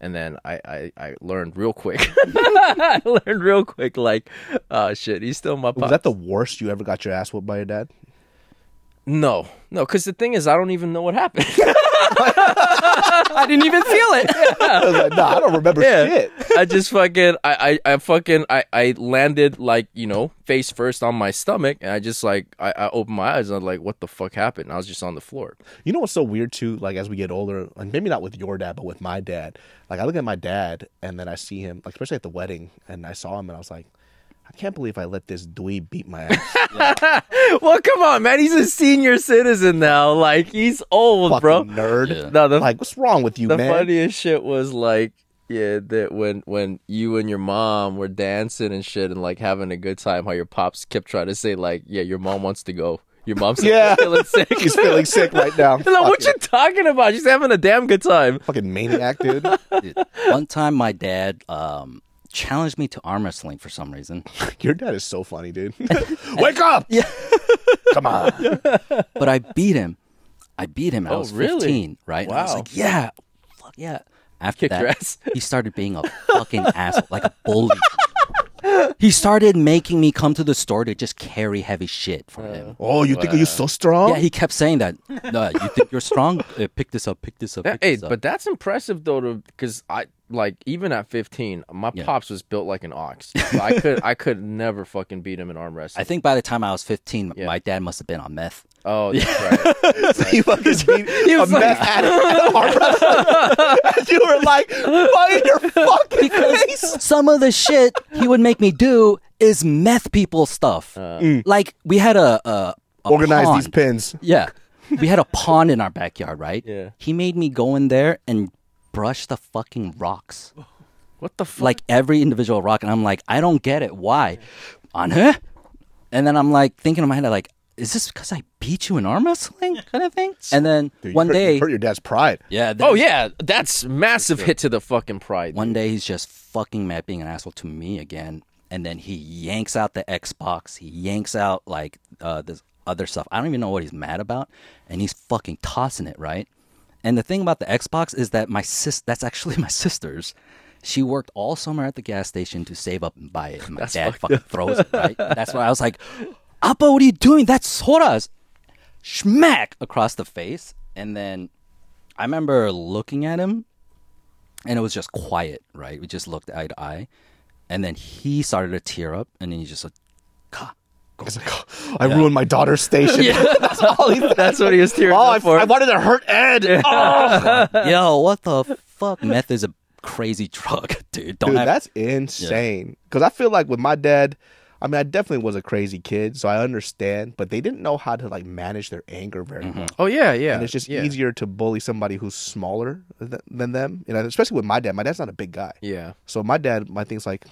and then I, I, I learned real quick. I learned real quick, like, oh shit, he's still my
Was
pops.
that the worst you ever got your ass whooped by your dad?
no, no, because the thing is, I don't even know what happened.
I didn't even feel it.
I was like, nah, I don't remember
Yeah.
shit.
I just fucking I, I, I fucking I, I landed like, you know, face first on my stomach and I just like I, I opened my eyes and I'm like, what the fuck happened? I was just on the floor.
You know what's so weird too? Like as we get older, like maybe not with your dad, but with my dad. Like I look at my dad and then I see him, like especially at the wedding, and I saw him and I was like, I can't believe I let this dweeb beat my ass.
Well, come on, man. He's a senior citizen now. Like he's old,
Fucking
bro.
nerd.
No, the
Like, what's wrong with you,
the
man?
funniest shit was like yeah, that when when you and your mom were dancing and shit and like having a good time, how your pops kept trying to say like, yeah, your mom wants to go. Your mom's
Yeah.
feeling sick.
He's feeling sick right now.
Like, what
Fucking-
you talking about? She's having a damn good time.
fucking maniac, dude.
Dude, one time, my dad um, challenged me to arm wrestling for some reason.
Your dad is so funny, dude. Wake up!
Yeah.
Come on.
but I beat him. I beat him. I
Oh,
was
really?
15, right? And I was
Wow.
like, yeah, fuck yeah. After
Kicked
that,
your ass.
he started being a fucking asshole, like a bully. he started making me come to the store to just carry heavy shit for him.
Oh, you think you're so strong?
Uh.
Yeah, he kept saying that. No, you think you're strong? Uh, pick this up. Pick this up.
That,
Pick
hey,
this up.
but that's impressive though, to because I like even at 15, my pops was built like an ox. So I could I could never fucking beat him in arm
I
wrestling.
think by the time I was 15,
Yeah.
my dad must have been on meth.
oh, that's right.
he fucking beat
He
a
was like-
meth addict at an arm wrestling. and you were like, "Fuck your fucking face."
some of the shit he would make me do is meth people stuff.
Uh.
Like we had a, a, a
Mm. Organize
pawn.
these pins.
Yeah. We had a pond in our backyard, right?
Yeah.
He made me go in there and brush the fucking rocks.
What the fuck?
Like every individual rock. And I'm like, I don't get it. Why? On her? And then I'm like thinking in my head, like, is this because I beat you in arm wrestling kind of thing? And then
Dude, you
one
hurt- you
day,
hurt your dad's pride.
yeah, then
oh yeah, that's massive hit to the fucking pride.
one day he's just fucking mad being an asshole to me again. And then he yanks out the Xbox. He yanks out like uh, this other stuff. I don't even know what he's mad about. And he's fucking tossing it, right? And the thing about the Xbox is that my sis that's actually my sister's. She worked all summer at the gas station to save up and buy it. And my dad fucking throws it, right? That's why I was like, Appa, what are you doing? That's Sora's. Schmack across the face. And then I remember looking at him and it was just quiet, right? We just looked eye to eye, and then he started to tear up, and then he just like, "Ka."
I was like, "Oh, I ruined my daughter's station.
that's,
oh,
what he was tearing
Oh,
up
I,
for.
I wanted to hurt Ed. Oh.
"Yo, what the fuck? Meth is a crazy drug, dude. Don't
Dude,
have
that's insane. Because I feel like with my dad, I mean, I definitely was a crazy kid, so I understand. But they didn't know how to like manage their anger very well.
oh yeah, yeah.
and it's just
yeah.
easier to bully somebody who's smaller th- than them. You know, especially with my dad. My dad's not a big guy,
Yeah.
so my dad, my thing's like,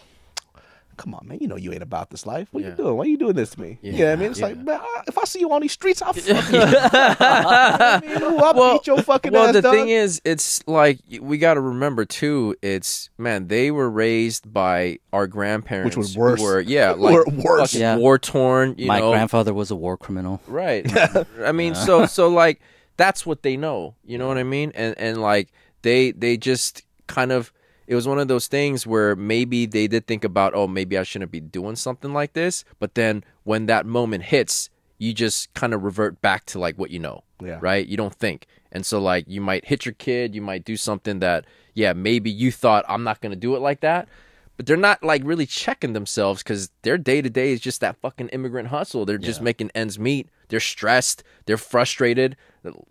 "Come on, man, you know you ain't about this life. What
Yeah.
you doing? Why you doing this to me?" you know what I mean? It's like, man, I, if I see you on these streets, I'll fuck you. You know what I mean? I'll beat your fucking
well,
ass.
the
dog.
thing is, it's like we got to remember too. It's man, they were raised by our grandparents,
was
who
worse.
Were, yeah,
Who were
like
worse.
Yeah.
war torn. You
my
know,
grandfather was a war criminal.
Right. I mean, so so like that's what they know. You know what I mean? And and like they they just kind of it was one of those things where maybe they did think about, oh, maybe I shouldn't be doing something like this. But then when that moment hits, you just kind of revert back to like what you know.
Yeah.
Right? You don't think. And so like you might hit your kid, you might do something that yeah, maybe you thought I'm not going to do it like that. But they're not like really checking themselves cuz their day to day is just that fucking immigrant hustle. They're just making ends meet. They're stressed, they're frustrated.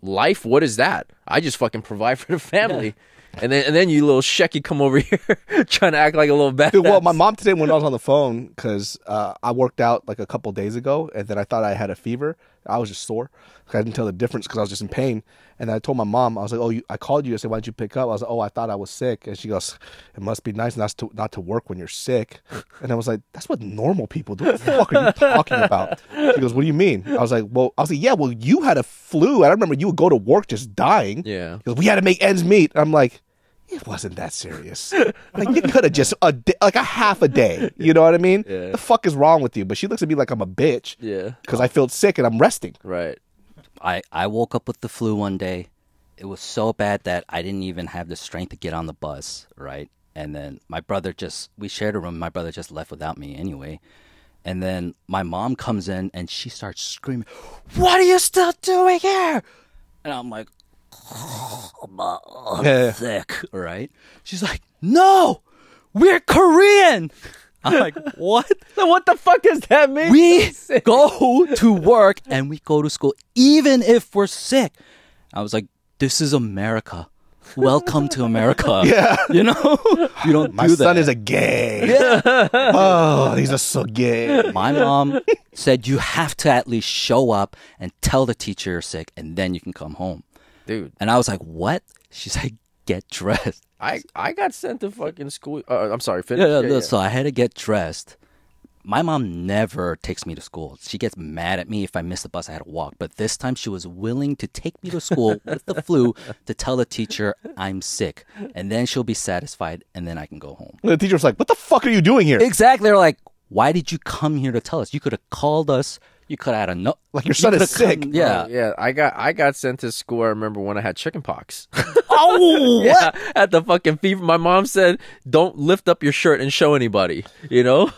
Life, what is that? I just fucking provide for the family. And then and then you little shecky come over here trying to act like a little bad.
Dude, well, my mom today when I was on the phone because uh, I worked out like a couple days ago, and then I thought I had a fever. I was just sore. I didn't tell the difference because I was just in pain. And I told my mom, I was like, "Oh, you, I called you. I said, why didn't you pick up?" I was like, "Oh, I thought I was sick." And she goes, "It must be nice not to not to work when you're sick." And I was like, "That's what normal people do. What the fuck are you talking about?" She goes, "What do you mean?" I was like, "Well, I was like, yeah, well, you had a flu, and I remember you would go to work just dying."
Yeah.
Because we had to make ends meet. I'm like, it wasn't that serious. like you could have just a day, like a half a day. You know what I mean? The fuck is wrong with you? But she looks at me like I'm a bitch.
Yeah.
Because I feel sick and I'm resting.
Right.
I I woke up with the flu one day. it was so bad that I didn't even have the strength to get on the bus, right? And then my brother just, we shared a room. My brother just left without me anyway. And then my mom comes in and she starts screaming, What are you still doing here? And I'm like, "Ma, I'm
Yeah.
sick, right? She's like, No, we're Korean. I'm like, What?
Then what the fuck does that mean?
we go to work and we go to school even if we're sick i was like this is america welcome to america yeah you know you don't
My
do
son
that
is a gay. oh, these are so gay.
my mom said you have to at least show up and tell the teacher you're sick and then you can come home
dude.
and i was like what she's like get dressed
I I got sent to fucking school. Uh, I'm sorry, finish.
yeah, yeah, so i had to get dressed my mom never takes me to school. She gets mad at me if I miss the bus. I had to walk. But this time she was willing to take me to school with the flu to tell the teacher I'm sick. And then she'll be satisfied and then I can go home.
The teacher was like, "What the fuck are you doing here?
Exactly. They're like, why did you come here to tell us? You could have called us. You could have had a no.
Like, your son
you
is
coulda
sick.
come-
Yeah,
yeah.
Oh, yeah. I got I got sent to school. I remember when I had chickenpox.
Oh,
yeah, at the fucking fever. My mom said, "Don't lift up your shirt and show anybody." You know,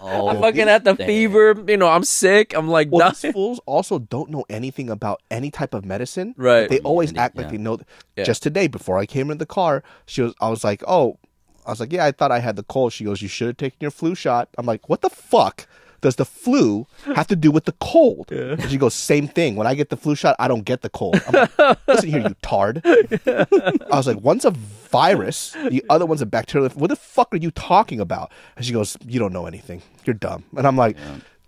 oh,
I'm fucking at the
damn.
fever. You know, I'm sick. I'm like,
Well, these
dying.
fools also don't know anything about any type of medicine.
Right.
They always
Yeah.
act like they know.
Yeah.
Just today, before I came in the car, she was. I was like, "Oh, I was like, yeah, I thought I had the cold." She goes, "You should have taken your flu shot." I'm like, "What the fuck?" Does the flu have to do with the cold? And she goes, same thing. When I get the flu shot, I don't get the cold. I'm like, listen here, you tard. I was like, one's a virus, the other one's a bacterial. What the fuck are you talking about? And she goes, you don't know anything. You're dumb. And I'm like,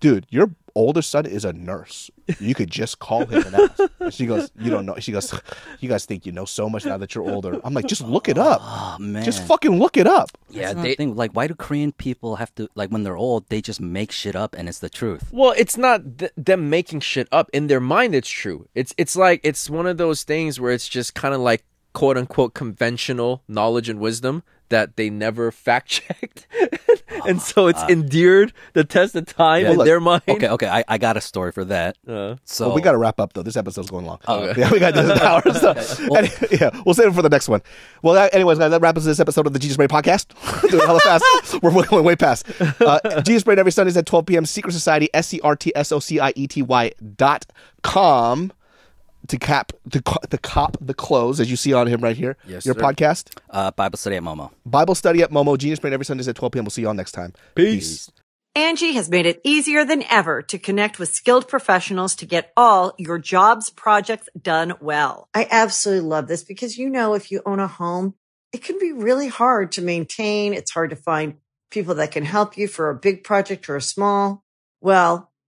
dude, your older son is a nurse. You could just call him and ask. And she goes, you don't know. She goes, you guys think you know so much now that you're older. I'm like, just look it up.
Oh, man.
Just fucking look it up.
yeah,
they-
they think like why do Korean people have to like when they're old they just make shit up and it's the truth.
Well, it's not th- them making shit up in their mind. It's true. It's it's like it's one of those things where it's just kind of like quote unquote conventional knowledge and wisdom that they never fact checked, and so it's endeared the test of time in
Well,
their mind.
Okay, okay, I, I got a story for that.
Uh,
So
Well, Oh, we got to wrap up though. This episode's going long. Yeah, we got this an hour. So. Any- yeah, we'll save it for the next one. Well, that, anyways, guys, that wraps up this episode of the Jesus Brain podcast. Doing hella fast. We're going way past. Uh, Jesus Brain every Sundays at 12 p.m. Secret Society, S C R T S O C I E T Y dot com to cap the co- the cop the clothes as you see on him right here.
Yes,
your
sir.
podcast.
uh, Bible study at Momo.
Bible study at Momo, Genius Brain every Sundays at 12 p.m. We'll see you all next time. Peace.
Angie has made it easier than ever to connect with skilled professionals to get all your jobs projects done well. I absolutely love this because, you know, if you own a home, it can be really hard to maintain. It's hard to find people that can help you for a big project or a small. Well,